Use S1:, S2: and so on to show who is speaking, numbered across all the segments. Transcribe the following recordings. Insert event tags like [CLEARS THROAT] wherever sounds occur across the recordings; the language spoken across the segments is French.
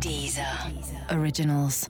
S1: Deezer. Originals.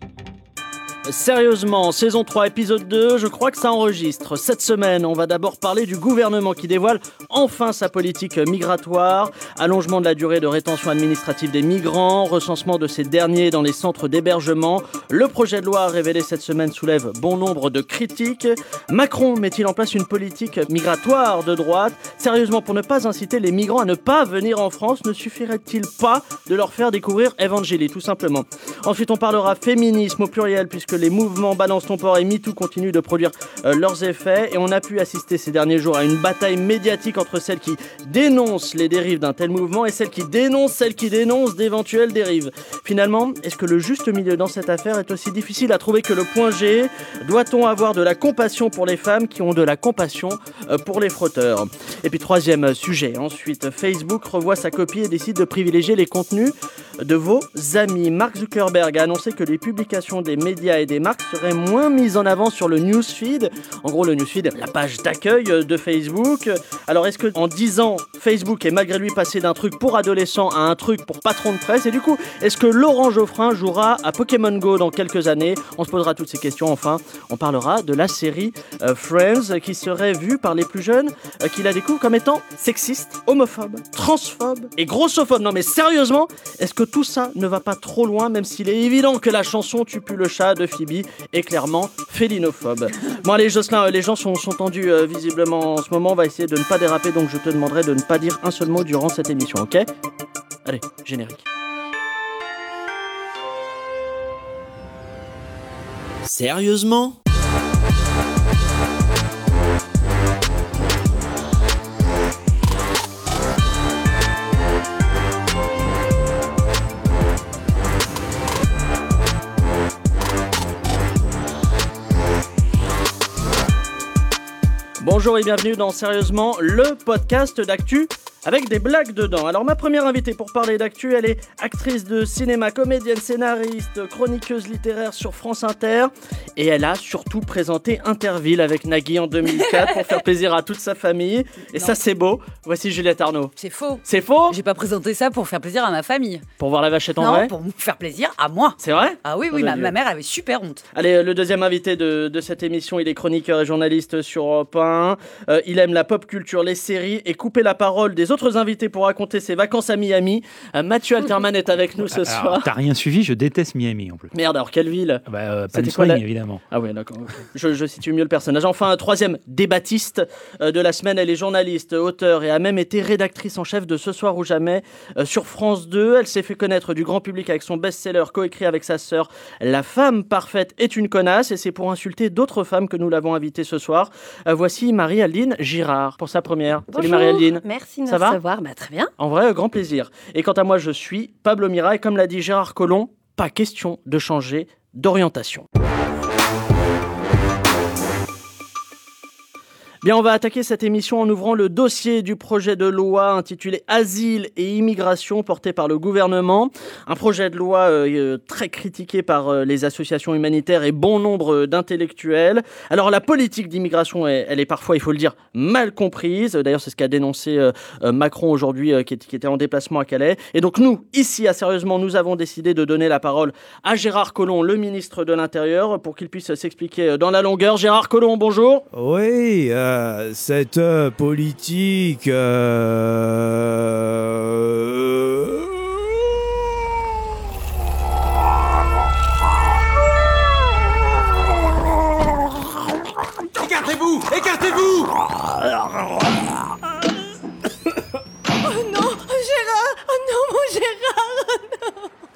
S2: Sérieusement, saison 3, épisode 2, je crois que ça enregistre. Cette semaine, on va d'abord parler du gouvernement qui dévoile enfin sa politique migratoire, allongement de la durée de rétention administrative des migrants, recensement de ces derniers dans les centres d'hébergement. Le projet de loi révélé cette semaine soulève bon nombre de critiques. Macron met-il en place une politique migratoire de droite Sérieusement, pour ne pas inciter les migrants à ne pas venir en France, ne suffirait-il pas de leur faire découvrir Evangélie, tout simplement Ensuite, on parlera féminisme au pluriel, puisque les mouvements Balance ton port et MeToo continuent de produire euh, leurs effets. Et on a pu assister ces derniers jours à une bataille médiatique entre celles qui dénoncent les dérives d'un tel mouvement et celles qui dénoncent celles qui dénoncent d'éventuelles dérives. Finalement, est-ce que le juste milieu dans cette affaire est aussi difficile à trouver que le point G Doit-on avoir de la compassion pour les femmes qui ont de la compassion euh, pour les frotteurs Et puis troisième sujet, ensuite, Facebook revoit sa copie et décide de privilégier les contenus de vos amis. Mark Zuckerberg a annoncé que les publications des médias et des marques seraient moins mises en avant sur le newsfeed. En gros, le newsfeed, la page d'accueil euh, de Facebook. Alors, est-ce que en 10 ans, Facebook est malgré lui passé d'un truc pour adolescent à un truc pour patron de presse Et du coup, est-ce que Laurent Geoffrin jouera à Pokémon Go dans quelques années On se posera toutes ces questions. Enfin, on parlera de la série euh, Friends qui serait vue par les plus jeunes euh, qui la découvrent comme étant sexiste, homophobe, transphobe et grossophobe. Non, mais sérieusement, est-ce que tout ça ne va pas trop loin, même s'il est évident que la chanson Tu pues le chat de Phoebe est clairement félinophobe Bon, allez, Jocelyn, euh, les gens sont, sont tendus euh, visiblement en ce moment. On va essayer de ne pas déraper, donc je te demanderai de ne pas dire un seul mot durant cette émission, ok Allez, générique.
S3: Sérieusement
S2: Bonjour et bienvenue dans Sérieusement, le podcast d'actu avec des blagues dedans. Alors ma première invitée pour parler d'actu, elle est actrice de cinéma, comédienne, scénariste, chroniqueuse littéraire sur France Inter et elle a surtout présenté Interville avec Nagui en 2004 pour faire plaisir à toute sa famille et
S4: Non.
S2: ça c'est beau. Voici Juliette Arnaud.
S4: C'est faux.
S2: C'est faux
S4: J'ai pas présenté ça pour faire plaisir à ma famille.
S2: Pour voir la vachette en
S4: non,
S2: vrai
S4: pour me faire plaisir à moi.
S2: C'est vrai
S4: Ah oui,
S2: Oh
S4: oui,
S2: de
S4: ma,
S2: Dieu.
S4: ma mère elle avait super honte.
S2: Allez, euh, le deuxième invité de, de cette émission, il est chroniqueur et journaliste sur Europe 1. Euh, il aime la pop culture, les séries et couper la parole des autres invités pour raconter ses vacances à Miami. Euh, Mathieu Alterman est avec nous ce
S5: Alors,
S2: soir.
S5: T'as rien suivi, je déteste Miami en plus.
S2: Merde, alors quelle ville
S5: Ah Bah, euh,
S2: C'était
S5: Palm
S2: quoi la-
S5: Spring, évidemment.
S2: ah ouais, d'accord. ok. Je, je situe mieux le personnage. Enfin, un troisième débattiste euh, de la semaine. Elle est journaliste, auteure et a même été rédactrice en chef de Ce soir ou jamais euh, sur France 2. Elle s'est fait connaître du grand public avec son best-seller coécrit avec sa sœur La femme parfaite est une connasse. Et c'est pour insulter d'autres femmes que nous l'avons invitée ce soir. Euh, voici Marie-Aline Girard pour sa première. Salut Marie-Aline.
S6: Merci de
S2: Ça
S6: me
S2: va
S6: recevoir. Bah, très bien.
S2: En vrai, euh, grand plaisir. Et quant à moi, je suis Pablo Mira et comme l'a dit Gérard Collomb, pas question de changer d'orientation. Bien, on va attaquer cette émission en ouvrant le dossier du projet de loi intitulé Asile et immigration porté par le gouvernement. Un projet de loi euh, euh, très critiqué par euh, les associations humanitaires et bon nombre euh, d'intellectuels. Alors la politique d'immigration, est- elle est parfois, il faut le dire, mal comprise. D'ailleurs, c'est ce qu'a dénoncé euh, euh, Macron aujourd'hui, euh, qui, est- qui était en déplacement à Calais. Et donc nous, ici, à Sérieusement, nous avons décidé de donner la parole à Gérard Collomb, le ministre de l'Intérieur, pour qu'il puisse s'expliquer euh, dans la longueur. Gérard Collomb, bonjour.
S7: Oui, euh, cette euh, politique... euh,
S3: Écartez-vous Écartez-vous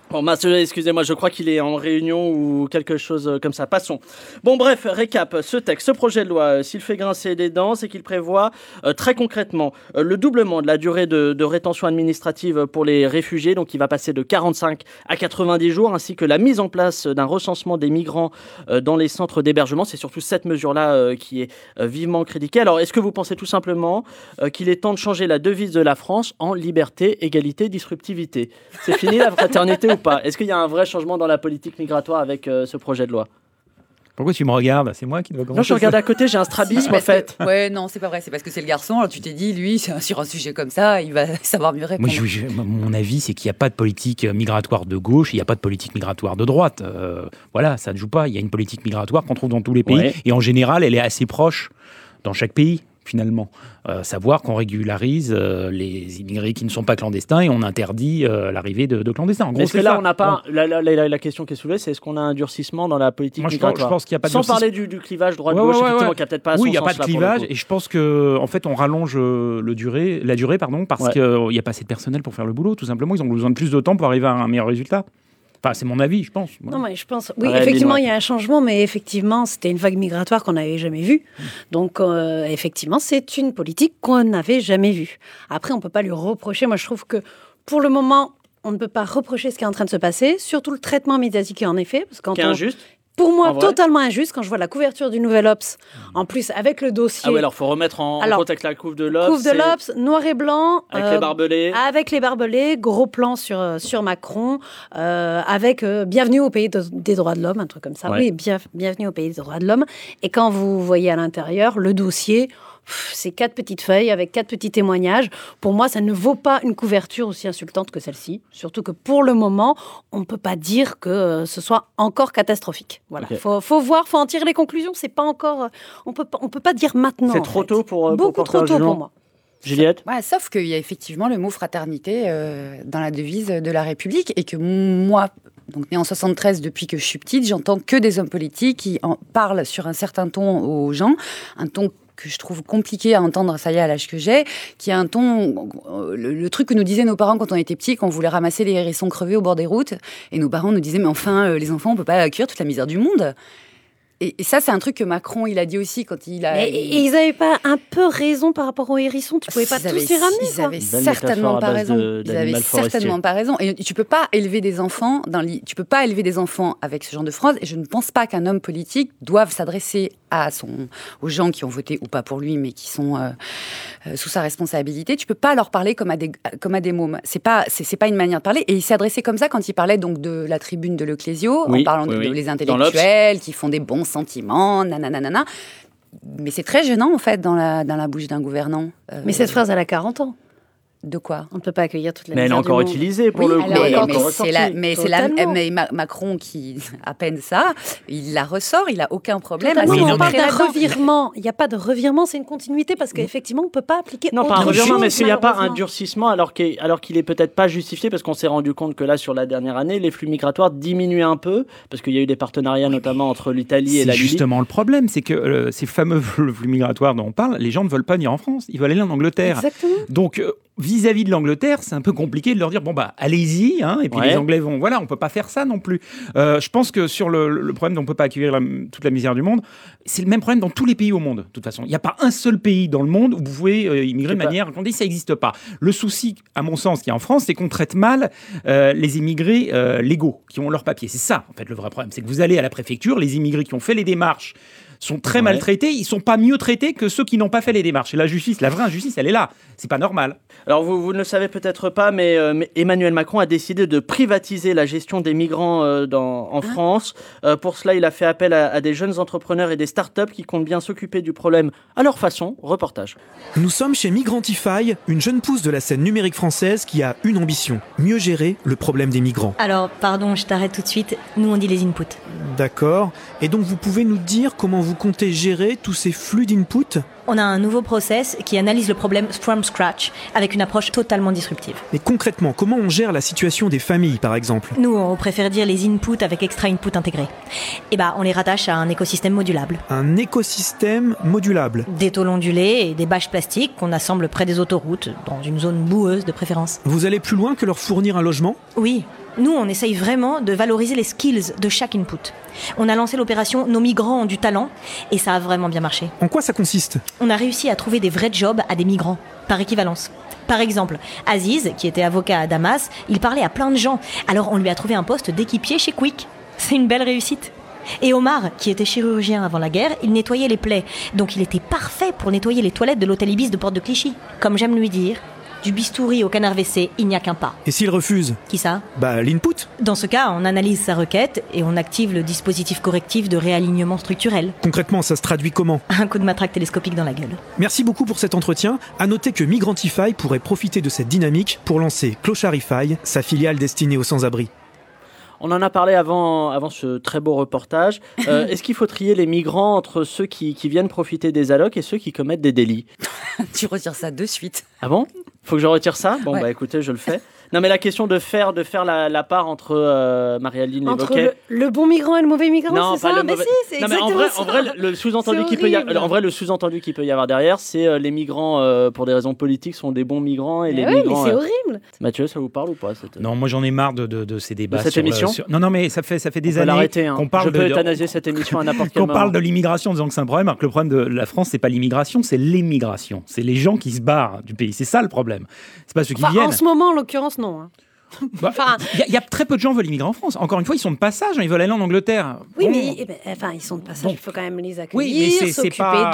S2: Bon, mince, euh, excusez-moi, je crois qu'il est en réunion ou quelque chose euh, comme ça. Passons. Bon, bref, récap. Ce texte, ce projet de loi, euh, s'il fait grincer des dents, c'est qu'il prévoit euh, très concrètement euh, le doublement de la durée de, de rétention administrative pour les réfugiés, donc il va passer de 45 à 90 jours, ainsi que la mise en place d'un recensement des migrants euh, dans les centres d'hébergement. C'est surtout cette mesure-là euh, qui est euh, vivement critiquée. Alors, est-ce que vous pensez tout simplement euh, qu'il est temps de changer la devise de la France en liberté, égalité, disruptivité c'est fini la fraternité ou pas Est-ce qu'il y a un vrai changement dans la politique migratoire avec euh, ce projet de loi
S5: Pourquoi tu me regardes C'est moi qui dois
S2: Non,
S5: commencer.
S2: je regarde à côté, j'ai un strabisme en
S4: Parce que-
S2: fait.
S4: Ouais, non, c'est pas vrai. C'est parce que c'est le garçon. Alors tu t'es dit, lui, [LAUGHS] sur un sujet comme ça, il va savoir mieux
S5: Moi,
S4: répondre.
S5: je- je- mon avis, c'est qu'il n'y a pas de politique euh, migratoire de gauche, il n'y a pas de politique migratoire de droite. Euh, voilà, ça ne joue pas. Il y a une politique migratoire qu'on trouve dans tous les pays.
S2: Ouais.
S5: Et en général, elle est assez proche dans chaque pays, finalement. Euh, savoir qu'on régularise euh, les immigrés qui ne sont pas clandestins et on interdit euh, l'arrivée de, de clandestins. En gros,
S2: Est-ce que
S5: c'est
S2: là,
S5: ça.
S2: on n'a pas. La, la- la- la question qui est soulevée, c'est est-ce qu'on a un durcissement dans la politique
S5: Moi, je pense,
S2: migratoire
S5: je pense qu'il n'y a pas de
S2: Sans
S5: justice.
S2: parler du, du clivage droite-gauche,
S5: Ouais, ouais, ouais,
S2: effectivement,
S5: ouais.
S2: qui a peut-être pas à
S5: Oui,
S2: n'y
S5: il n'y a pas de clivage, et je pense que, en fait, on rallonge euh, le durée, la durée, pardon, parce
S2: Ouais.
S5: qu'il n'y a pas assez de personnel pour faire le boulot. Tout simplement, ils ont besoin de plus de temps pour arriver à un meilleur résultat. Enfin, c'est mon avis, je pense.
S6: Non, mais je pense. Oui,
S2: Ouais,
S6: effectivement,
S2: Lynn, ouais.
S6: il y a un changement, mais effectivement, c'était une vague migratoire qu'on n'avait jamais vue. Donc, euh, effectivement, c'est une politique qu'on n'avait jamais vue. Après, on ne peut pas lui reprocher. Moi, je trouve que pour le moment, on ne peut pas reprocher ce qui est en train de se passer, surtout le traitement médiatique, en effet. Parce que quand
S2: Qui est
S6: on-
S2: injuste.
S6: Pour
S2: en
S6: moi,
S2: vrai.
S6: totalement injuste. Quand je vois la couverture du Nouvel Ops, en plus, avec le dossier.
S2: Ah oui, alors faut remettre en, en
S6: Alors,
S2: contexte la couve de l'Obs.
S6: Couve de
S2: c'est
S6: l'Obs, noir et blanc.
S2: Avec
S6: euh,
S2: les barbelés.
S6: avec les barbelés, gros plan sur, euh, sur Macron, euh, avec euh, Bienvenue au pays de- des droits de l'homme, un truc comme ça.
S2: Ouais.
S6: Oui, bien, Bienvenue au pays des droits de l'homme. Et quand vous voyez à l'intérieur le dossier, pff, c'est quatre petites feuilles avec quatre petits témoignages. Pour moi, ça ne vaut pas une couverture aussi insultante que celle-ci. Surtout que pour le moment, on ne peut pas dire que euh, ce soit encore catastrophique. Voilà,
S2: Ok.
S6: faut, faut voir, faut en tirer les conclusions. C'est pas encore, euh, on peut pas- on peut pas dire maintenant.
S2: C'est
S6: en
S2: trop
S6: fait.
S2: tôt pour, euh, pour
S6: Beaucoup
S2: porter
S6: trop
S2: un
S6: tôt
S2: jugement.
S6: pour moi.
S2: Juliette
S4: Ouais, sauf qu'il y a effectivement le mot fraternité euh, dans la devise de la République et que moi, donc née en 73 depuis que je suis petite, j'entends que des hommes politiques qui en parlent sur un certain ton aux gens, un ton que je trouve compliqué à entendre, ça y est, à l'âge que j'ai, qui a un ton, euh, le, le truc que nous disaient nos parents quand on était petits, quand on voulait ramasser les hérissons crevés au bord des routes, et nos parents nous disaient, mais enfin, euh, les enfants, on peut pas accueillir toute la misère du monde. Et, et ça, c'est un truc que Macron, il a dit aussi quand il a...
S6: Mais et ils n'avaient pas un peu raison par rapport aux hérissons Tu pouvais pas
S4: Ils
S6: tous
S4: avaient-
S6: les ramener,
S4: Ils
S6: quoi.
S4: avaient
S2: Belle métaphore
S4: certainement
S2: à
S4: pas
S2: base
S4: raison.
S2: de-
S4: Ils avaient
S2: d'animal forestier.
S4: certainement pas raison. Et tu peux pas élever des enfants dans l'i- Tu peux pas élever des enfants avec ce genre de phrase. Et je ne pense pas qu'un homme politique doive s'adresser à son aux gens qui ont voté ou pas pour lui, mais qui sont euh, euh, sous sa responsabilité. Tu peux pas leur parler comme à des comme à des mômes. C'est pas c'est c'est pas une manière de parler. Et il s'est adressé comme ça quand il parlait donc de la tribune de l'Ecclésio
S2: Oui,
S4: en parlant
S2: oui,
S4: des
S2: oui.
S4: les
S2: Dans
S4: intellectuels qui font des bons sentiments, nanana. nanana. Mais c'est très gênant en fait dans la, dans la bouche d'un gouvernant. Euh,
S6: Mais cette phrase, elle a 40 ans.
S4: de quoi
S6: On ne peut pas accueillir toute la
S2: Mais elle est
S6: misère du
S2: encore
S6: monde.
S2: utilisée pour
S4: Oui,
S2: le
S6: elle
S2: coup.
S4: alors,
S6: est
S2: elle est
S6: encore
S4: mais
S2: encore
S4: c'est
S2: ressortie.
S4: la, mais c'est la,
S6: Totalement.
S4: mais Ma- Macron qui [LAUGHS] à peine ça, il la ressort, il a aucun problème. à
S6: Totalement,
S5: Oui,
S6: on
S5: non,
S6: parle
S5: mais-
S6: d'un
S4: là-dedans.
S6: revirement. Il n'y a pas de revirement, c'est une continuité parce qu'effectivement, on ne peut pas appliquer.
S2: Non, pas un
S6: autre
S2: revirement,
S6: chose,
S2: mais est-ce qu'il n'y a pas un
S6: malheureusement.
S2: durcissement alors qu'il alors qu'il est peut-être pas justifié parce qu'on s'est rendu compte que là, sur la dernière année, les flux migratoires diminuaient un peu parce qu'il y a eu des partenariats notamment entre l'Italie et
S5: C'est
S2: la Libye.
S5: justement le problème, c'est que euh, ces fameux [LAUGHS] flux migratoires dont on parle, les gens ne veulent pas venir en France, ils veulent aller en Angleterre.
S6: Exactement.
S5: Donc, euh, vis-à-vis de l'Angleterre, c'est un peu compliqué de leur dire bon bah allez-y, hein, et puis
S2: Ouais.
S5: les Anglais vont. Voilà, on peut pas faire ça non plus. Euh, je pense que sur le, le problème dont on peut pas accueillir la- toute la misère du monde, c'est le même problème dans tous les pays au monde. De toute façon, il n'y a pas un seul pays dans le monde où vous pouvez euh, immigrer de
S2: pas-
S5: manière clandestine, ça n'existe pas. Le souci, à mon sens, qu'il y a en France, c'est qu'on traite mal euh, les immigrés euh, légaux qui ont leurs papiers. C'est ça, en fait, le vrai problème, c'est que vous allez à la préfecture, les immigrés qui ont fait les démarches sont très
S2: Ouais.
S5: maltraités, ils sont pas mieux traités que ceux qui n'ont pas fait les démarches. Et la justice, la vraie injustice, elle est là. C'est pas normal.
S2: Alors vous, vous ne le savez peut-être pas, mais, euh, mais Emmanuel Macron a décidé de privatiser la gestion des migrants euh, dans,
S6: Hein
S2: en France. Euh, pour cela, il a fait appel à, à des jeunes entrepreneurs et des startups qui comptent bien s'occuper du problème à leur façon. Reportage.
S8: Nous sommes chez Migrantify, une jeune pousse de la scène numérique française qui a une ambition, mieux gérer le problème des migrants.
S9: Alors, pardon, je t'arrête tout de suite. Nous, on dit les inputs.
S8: D'accord Et donc vous pouvez nous dire comment vous comptez gérer tous ces flux d'input
S9: On a un nouveau process qui analyse le problème from scratch avec une approche totalement disruptive.
S8: Et concrètement, comment on gère la situation des familles par exemple
S9: Nous, on préfère dire les inputs avec extra input intégré. Et bah, on les rattache à un écosystème modulable.
S8: Un écosystème modulable.
S9: Des tôles ondulées et des bâches plastiques qu'on assemble près des autoroutes, dans une zone boueuse de préférence.
S8: Vous allez plus loin que leur fournir un logement
S9: Oui, nous, on essaye vraiment de valoriser les skills de chaque input. On a lancé l'opération Nos migrants ont du talent et ça a vraiment bien marché.
S8: En quoi ça consiste
S9: on a réussi à trouver des vrais jobs à des migrants, par équivalence. Par exemple, Aziz, qui était avocat à Damas, il parlait à plein de gens, alors on lui a trouvé un poste d'équipier chez Quick. [LAUGHS] C'est une belle réussite. Et Omar, qui était chirurgien avant la guerre, il nettoyait les plaies, donc il était parfait pour nettoyer les toilettes de l'hôtel Ibis de Porte de Clichy. Comme j'aime lui dire, Du bistouri au canard WC, il n'y a qu'un pas.
S8: Et s'il refuse
S9: Qui ça
S8: Bah l'input,
S9: Dans ce cas, on analyse sa requête et on active le dispositif correctif de réalignement structurel. [LAUGHS]
S8: concrètement ça se traduit comment
S9: Un coup de matraque télescopique dans la gueule.
S8: Merci beaucoup pour cet entretien. À noter que Migrantify pourrait profiter de cette dynamique pour lancer Clocharify, sa filiale destinée aux sans-abri.
S2: On en a parlé avant, avant ce très beau reportage.
S6: [LAUGHS]
S2: Euh, Est-ce qu'il faut trier les migrants entre ceux qui, qui viennent profiter des allocs et ceux qui commettent des délits
S4: [LAUGHS] tu retires ça de suite.
S2: Ah bon Faut que je retire ça Bon,
S4: Ouais.
S2: bah écoutez, je le fais. Non, mais la question de faire, de faire la, la part entre euh, Marie-Aline
S6: Entre
S2: l'évoquait.
S6: le, le bon migrant et le mauvais migrant,
S2: Non,
S6: c'est
S2: pas
S6: ça
S2: le
S6: Mais
S2: mauvais-
S6: si, c'est
S2: Non, mais en
S6: exactement
S2: vrai,
S6: ça.
S2: en vrai, le- le sous-entendu
S6: C'est
S2: qu'il peut y avoir,
S6: horrible.
S2: en vrai, le sous-entendu qu'il peut y avoir derrière, c'est euh, les migrants euh, pour des raisons politiques sont des bons migrants et
S6: Mais
S2: les
S6: oui, mais
S2: migrants.
S6: c'est
S2: euh,
S6: horrible.
S2: Mathieu, ça vous parle ou pas cette-
S5: Non, moi j'en ai marre de, de- de ces débats.
S2: De cette
S5: sur le-
S2: émission
S5: sur- Non, non, mais ça fait, ça fait
S2: On
S5: des
S2: peut
S5: années
S2: l'arrêter. hein.
S5: qu'on parle
S2: Je
S5: de-
S2: peux
S5: de-
S2: euthanaser cette émission à n'importe quel
S5: [LAUGHS] Qu'on
S2: moment.
S5: parle de l'immigration en disant que c'est un problème, alors que le problème de la France, c'est pas l'immigration, c'est l'émigration. C'est les gens qui se barrent du pays. C'est ça le problème. C'est pas ceux qui
S6: Enfin,
S5: viennent.
S6: en ce moment, en l'occurrence, non. hein.
S5: Bah,
S6: enfin-
S5: Il y a- il y, a très peu de gens qui veulent immigrer en France. Encore une fois, ils sont de passage. hein, Ils veulent aller en Angleterre.
S6: Oui,
S5: Bon.
S6: mais eh ben, enfin, ils sont de passage.
S5: Bon.
S6: Il faut quand même les
S5: mais
S6: accueillir,
S5: c'est- c'est
S6: s'occuper
S5: pas-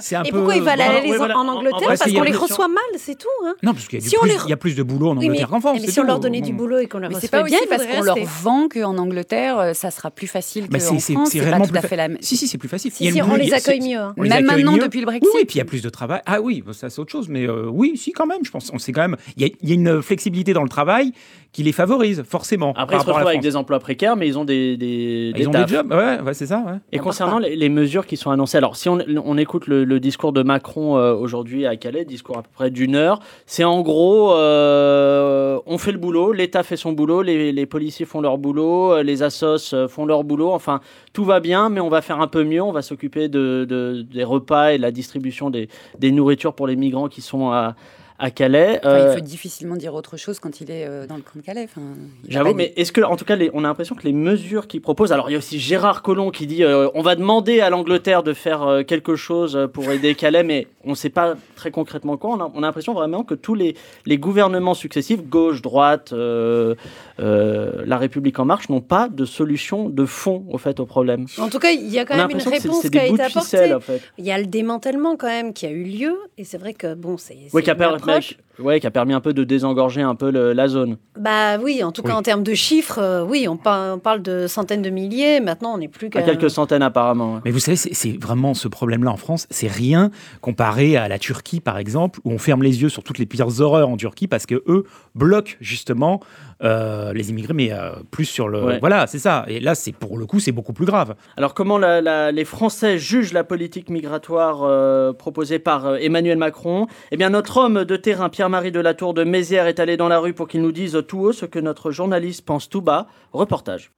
S5: c'est un
S6: d'eux. Et
S5: peu-
S6: pourquoi ils veulent
S5: Voilà,
S6: aller les
S2: oui,
S6: en-
S2: voilà.
S6: en
S2: En- en
S6: Angleterre
S2: vrai,
S6: Parce
S5: c'est-
S6: qu'on les
S5: il y a-
S6: reçoit mal, c'est tout. hein.
S5: Non, parce qu'il y, a du
S6: Si on
S5: plus-
S6: les re-
S5: il y a plus de boulot en
S6: Oui, mais, eh,
S5: Angleterre qu'en France.
S6: mais
S5: c'est
S6: si on
S5: tout.
S6: leur donnait
S5: Bon.
S6: du boulot et qu'on leur
S4: Mais c'est
S6: recevait
S4: pas
S6: bien,
S4: aussi
S6: ils
S4: parce
S6: voudraient
S4: qu'on leur
S6: rester.
S4: vend qu'en Angleterre, euh, ça sera plus facile
S5: Bah,
S4: qu'en France. C'est pas
S5: réellement
S4: tout à
S5: plus fa-
S4: fait la même.
S5: Si, si, c'est plus facile.
S6: Si,
S5: Il y a
S6: si,
S5: le
S6: on
S5: boulot,
S6: les
S5: il y a-
S6: accueille
S5: c'est-
S6: mieux, hein.
S5: on les
S4: Même
S5: accueille
S4: maintenant,
S5: mieux.
S4: depuis le Brexit.
S5: Oui, oui, puis il y a plus de travail. Ah oui, ça c'est autre chose, mais euh, oui, si quand même, je pense. On sait quand même, il y, a- il y a une flexibilité dans le travail qui les favorise forcément.
S2: Après, ils
S5: par
S2: se
S5: rapport à la
S2: retrouvent avec
S5: France. Ah,
S2: des emplois précaires, mais ils ont des, des,
S5: ils ont
S2: tafs.
S5: des jobs, ouais, ouais, c'est ça. ouais.
S2: Et
S6: On
S2: concernant les, les mesures qui sont annoncées, alors si on, on écoute le, le discours de Macron euh, aujourd'hui à Calais, discours à peu près d'une heure, c'est en gros, euh, on fait le boulot, l'État fait son boulot, les, les policiers font leur boulot, euh, les assos euh, font leur boulot, enfin tout va bien, mais on va faire un peu mieux, on va s'occuper de, de- des repas et de la distribution des, des nourritures pour les migrants qui sont à, à Calais.
S4: Enfin,
S2: Euh,
S4: il peut difficilement dire autre chose quand il est euh, dans le camp de Calais. Enfin, il a
S2: J'avoue,
S4: pas
S2: mais est-ce que, en tout cas, les- on a l'impression que les mesures qu'ils proposent. Alors, il y a aussi Gérard Collomb qui dit euh, on va demander à l'Angleterre de faire euh, quelque chose euh, pour aider Calais, mais on ne sait pas très concrètement quoi. On a, on a l'impression vraiment que tous les, les gouvernements successifs, gauche, droite, euh, euh, La République en marche, n'ont pas de solution de fond au fait au problème.
S6: En tout cas, il y a quand
S2: on a
S6: même une
S2: l'impression que c'est-
S6: réponse
S2: c'est
S6: qui a
S2: des bouts
S6: été
S2: de
S6: apportée.
S2: ficelle, en fait.
S6: Il y a le démantèlement quand même qui a eu lieu. Et c'est vrai que, bon, c'est c'est
S2: Oui, qui a,
S6: une
S2: permis-
S6: approche.
S2: ouais, qui a permis un peu de désengorger un peu le- la zone.
S6: Bah oui, en tout cas,
S5: Oui.
S6: en termes de chiffres, euh, oui, on, par- on parle de centaines de milliers. Maintenant, on n'est plus
S2: À
S6: qu'à...
S2: quelques centaines, apparemment. ouais.
S5: Mais vous savez, c'est- c'est vraiment ce problème-là en France, c'est rien comparé à la Turquie, par exemple, où on ferme les yeux sur toutes les pires horreurs en Turquie parce que eux bloquent justement euh, les immigrés, mais euh, plus sur le.
S2: Ouais.
S5: Voilà, c'est ça. Et là, c'est pour le coup, c'est beaucoup plus grave.
S2: Alors comment la- la- les Français jugent la politique migratoire euh, proposée par euh, Emmanuel Macron Eh bien notre homme de terrain Pierre-Marie de la Tour de Mézières est allé dans la rue pour qu'il nous dise tout haut ce que notre journaliste pense tout bas. Reportage.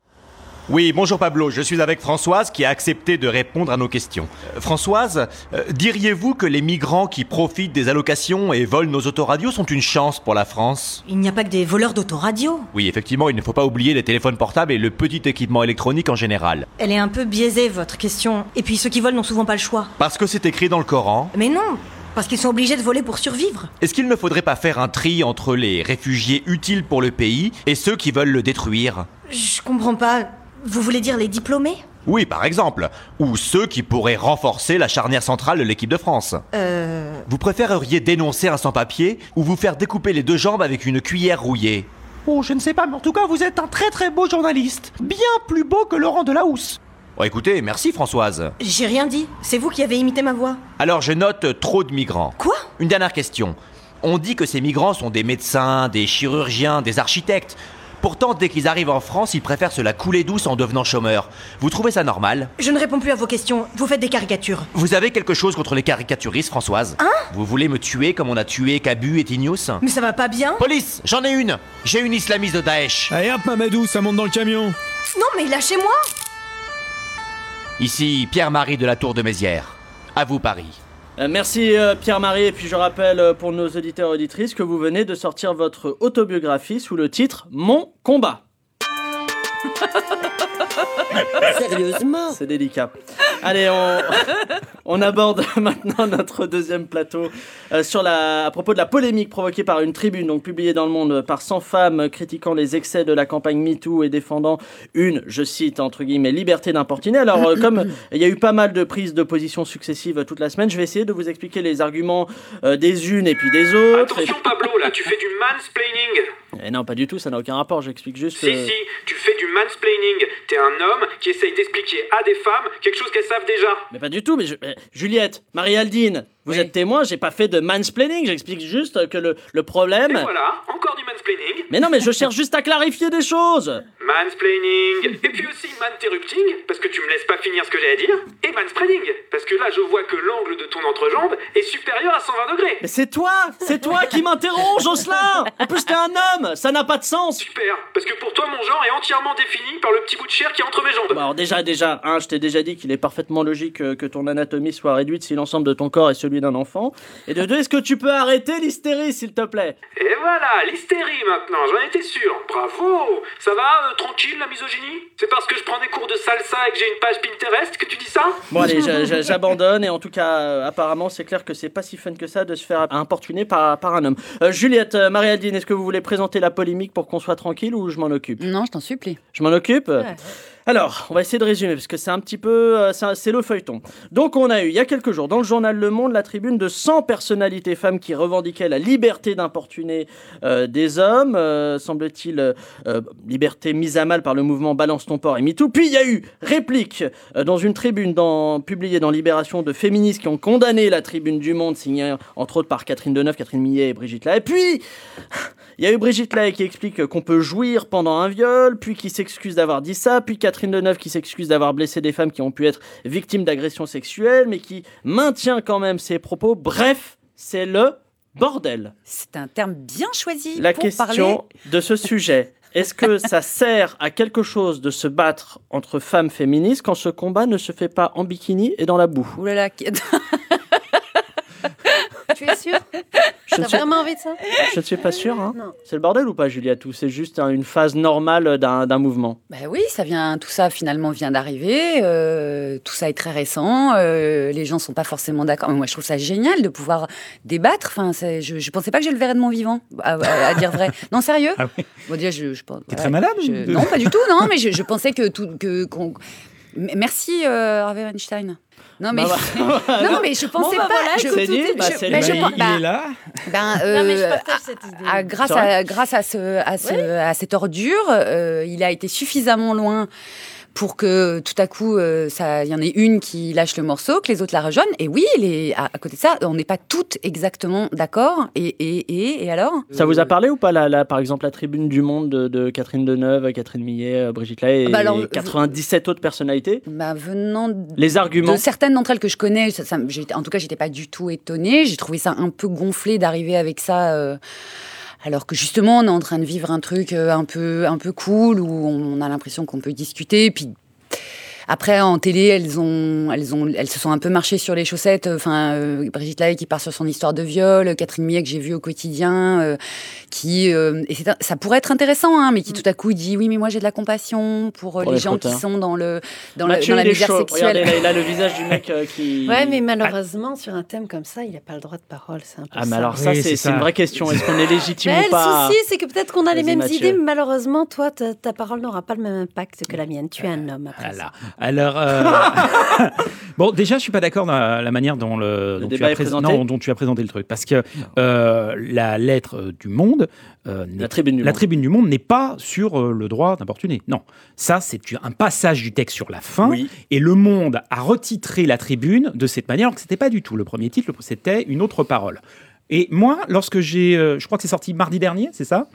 S10: Oui, bonjour Pablo, je suis avec Françoise qui a accepté de répondre à nos questions. Euh, Françoise, euh, diriez-vous que les migrants qui profitent des allocations et volent nos autoradios sont une chance pour la France
S9: Il n'y a pas que des voleurs d'autoradio.
S10: Oui, effectivement, il ne faut pas oublier les téléphones portables et le petit équipement électronique en général.
S9: Elle est un peu biaisée, votre question. Et puis ceux qui volent n'ont souvent pas le choix.
S10: Parce que c'est écrit dans le Coran,
S9: Mais non, parce qu'ils sont obligés de voler pour survivre.
S10: est-ce qu'il ne faudrait pas faire un tri entre les réfugiés utiles pour le pays et ceux qui veulent le détruire
S9: Je comprends pas. Vous voulez dire les diplômés
S10: Oui, par exemple, ou ceux qui pourraient renforcer la charnière centrale de l'équipe de France.
S9: Euh.
S10: Vous préféreriez dénoncer un sans-papier ou vous faire découper les deux jambes avec une cuillère rouillée Oh, je ne sais pas, mais en tout cas, vous êtes un très très beau journaliste. Bien plus beau que Laurent Delahousse. Bon, Oh, écoutez, merci Françoise.
S9: J'ai rien dit. C'est vous qui avez imité ma voix.
S10: Alors, je note euh, trop de migrants.
S9: Quoi
S10: Une dernière question. On dit que ces migrants sont des médecins, des chirurgiens, des architectes. Pourtant, dès qu'ils arrivent en France, ils préfèrent se la couler douce en devenant chômeurs. Vous trouvez ça normal
S9: Je ne réponds plus à vos questions. Vous faites des caricatures.
S10: Vous avez quelque chose contre les caricaturistes, Françoise Hein Vous voulez me tuer comme on a tué Cabu et Tignos
S9: Mais ça va pas bien
S10: Police, j'en ai une J'ai une islamiste de Daesh
S8: Allez hop Mamadou, ça monte dans le camion
S9: Non, mais lâchez-moi
S10: Ici Pierre-Marie de la Tour de Mézières. À vous Paris.
S2: Euh, merci euh, Pierre-Marie et puis je rappelle euh, pour nos auditeurs et auditrices que vous venez de sortir votre autobiographie sous le titre Mon combat.
S3: Sérieusement
S2: C'est délicat. Allez, on, [LAUGHS] on aborde [LAUGHS] maintenant notre deuxième plateau euh, sur la, à propos de la polémique provoquée par une tribune donc publiée dans le monde par 100 femmes euh, critiquant les excès de la campagne MeToo et défendant une, je cite entre guillemets, liberté d'importuner. Alors, euh, comme il y a eu pas mal de prises de position successives euh, toute la semaine, je vais essayer de vous expliquer les arguments euh, des unes et puis des autres. Et-
S11: Attention Pablo, là, tu fais du mansplaining.
S2: Eh non, pas du tout, ça n'a aucun rapport, j'explique juste.
S11: Si,
S2: euh,
S11: si, tu fais du mansplaining. T'es un homme qui essaye d'expliquer à des femmes quelque chose qu'elles savent déjà.
S2: Mais pas du tout, mais je- mais Juliette, Marie-Aldine, vous êtes témoin, j'ai pas fait de mansplaining, j'explique juste que le, le problème.
S11: Et voilà, encore du mansplaining.
S2: Mais non, mais je cherche juste à clarifier des choses
S11: Mansplaining. Et puis aussi manterrupting, parce que tu me laisses pas finir ce que j'ai à dire. Et mansplaining, parce que là, je vois que l'angle de ton entrejambe est supérieur à 120 degrés.
S2: Mais c'est toi C'est toi qui m'interroge, Jocelyn En plus, t'es un homme Ça n'a pas de sens
S11: Super, parce que pour toi, mon genre est entièrement défini par le petit bout de chair qui est entre mes jambes.
S2: Bon, alors déjà, déjà, hein, je t'ai déjà dit qu'il est parfaitement logique euh, que ton anatomie soit réduite si l'ensemble de ton corps est celui d'un enfant. Et de deux, est-ce que tu peux arrêter l'hystérie, s'il te plaît
S11: Et voilà, l'hystérie maintenant, j'en étais sûr. Bravo Ça va, euh, tranquille la misogynie C'est parce que je prends des cours de salsa et que j'ai une page Pinterest que tu dis ça
S2: Bon allez, j'a- j'a- j'abandonne et en tout cas, euh, apparemment, c'est clair que c'est pas si fun que ça de se faire importuner par, par un homme. Euh, Juliette, euh, Marie-Aldine, est-ce que vous voulez présenter la polémique pour qu'on soit tranquille ou je m'en occupe
S4: Non, je t'en supplie.
S2: Je m'en occupe Alors, on va essayer de résumer parce que c'est un petit peu, euh, c'est un- c'est le feuilleton. Donc, on a eu il y a quelques jours dans le journal Le Monde la tribune de 100 personnalités femmes qui revendiquaient la liberté d'importuner euh, des hommes, euh, semble-t-il, euh, euh, liberté mise à mal par le mouvement Balance ton port et MeToo. Puis il y a eu réplique euh, dans une tribune dans- publiée dans Libération de féministes qui ont condamné la tribune du Monde, signée entre autres par Catherine Deneuve, Catherine Millet et Brigitte Lahaye. Puis il y a eu Brigitte Lahaye qui explique qu'on peut jouir pendant un viol, puis qui s'excuse d'avoir dit ça, puis Catherine Deneuve qui s'excuse d'avoir blessé des femmes qui ont pu être victimes d'agressions sexuelles, mais qui maintient quand même ses propos. Bref, c'est le bordel.
S4: C'est un terme bien choisi
S2: La
S4: pour
S2: question
S4: parler.
S2: de ce sujet, est-ce que
S4: [LAUGHS]
S2: ça sert à quelque chose de se battre entre femmes féministes quand ce combat ne se fait pas en bikini et dans la boue
S4: Ouh là là, qui-
S6: Tu
S2: [LAUGHS]
S6: es sûr
S2: ne
S6: T'as
S2: suis-
S6: vraiment envie de ça
S2: Je ne suis pas sûr. hein.
S6: Non.
S2: C'est le bordel ou pas, Juliette Ou c'est juste hein, une phase normale d'un d'un mouvement
S4: Ben oui, ça vient, tout ça finalement vient d'arriver. euh, tout ça est très récent. euh, les gens sont pas forcément d'accord. Mais moi, je trouve ça génial de pouvoir débattre. Enfin, c'est- je, je pensais pas que je le verrais de mon vivant, à, à- à dire
S5: [LAUGHS]
S4: vrai. Non, sérieux. Bon, déjà, je, je pense.
S5: Ah T'es très malade
S4: je-
S5: de-
S4: Non, pas du tout.
S5: [LAUGHS]
S4: Non, mais je, je pensais que tout que qu'on- M- Merci euh, Harvey Weinstein. Non mais
S2: Bah,
S4: [LAUGHS]
S2: bah.
S4: non mais je pensais
S6: Bon, bah,
S4: pas.
S6: voilà,
S4: je,
S6: écoute,
S2: C'est nul,
S4: je-
S2: bah, c'est
S4: ben,
S2: nul.
S4: je-
S2: Bah,
S4: bah,
S5: là.
S4: ben,
S6: Non, mais je
S4: euh,
S6: partage cette idée.
S4: ah, grâce,
S2: C'est vrai
S4: à, grâce à, ce, à, ce, à cette ordure, euh, il a été suffisamment loin pour que tout à coup, euh, ça- il y en ait une qui lâche le morceau, que les autres la rejoignent. Et oui, les, à, à côté de ça, on n'est pas toutes exactement d'accord. Et, et, et, et alors
S2: Ça vous a parlé ou pas, là, là, par exemple, la tribune du monde de, de Catherine Deneuve, Catherine Millet, euh, Brigitte Lahaye et,
S4: Ah bah alors,
S2: et 97 autres personnalités
S4: Bah, Venant de
S2: Les arguments
S4: certaines d'entre elles que je connais, ça- ça- j'étais- en tout cas, j'étais pas du tout étonnée. J'ai trouvé ça un peu gonflé d'arriver avec ça. euh, alors que justement, on est en train de vivre un truc euh, un peu, un peu cool où on a l'impression qu'on peut discuter. Puis après, en télé, elles ont, elles ont, elles se sont un peu marchées sur les chaussettes. Enfin, euh, Brigitte Lahaye qui part sur son histoire de viol, Catherine Millet que j'ai vue au quotidien, euh, qui, euh, et c'est un- ça pourrait être intéressant, hein, mais qui tout à coup dit oui, mais moi j'ai de la compassion pour, euh,
S2: Mm. Pour
S4: les,
S2: les
S4: gens qui
S2: frotteurs.
S4: sont dans le, dans, la-
S2: Mathieu,
S4: dans la
S2: il est
S4: misère
S2: chaud.
S4: sexuelle.
S2: Regardez, là, il a le visage du mec euh,
S4: [LAUGHS]
S2: qui...
S6: Ouais, mais malheureusement, sur un thème comme ça, il n'a pas le droit de parole. C'est un peu
S2: Ah, mais
S6: ça.
S2: alors ça,
S5: Oui,
S2: c'est
S5: c'est
S2: c'est une
S5: ça.
S2: vraie question. Est-ce qu'on est
S4: Bah,
S2: légitime
S6: Mais
S2: ou pas
S6: Ben, le souci, c'est que peut-être qu'on a les
S2: Vas-y,
S6: mêmes
S2: Mathieu.
S6: idées, mais malheureusement, toi, ta, ta parole n'aura pas le même impact que la mienne. Tu es un homme. Après ça.
S5: Voilà. Ah Alors,
S2: [LAUGHS]
S5: euh, [LAUGHS] bon, déjà, je suis pas d'accord dans la, la manière dont le, dont
S2: débat est
S5: tu as prés-
S2: présenté
S5: non, dont tu as présenté le truc, parce que euh, la lettre euh, du Monde, euh, n'est-
S2: La tribune du
S5: la
S2: Monde.
S5: tribune du Monde n'est pas sur euh, le droit d'importuner. Non, ça, c'est un passage du texte sur la fin,
S2: Oui.
S5: et le Monde a retitré la tribune de cette manière, alors que c'était pas du tout le premier titre, le- c'était une autre parole. Et moi, lorsque j'ai, euh, je crois que c'est sorti mardi dernier, c'est ça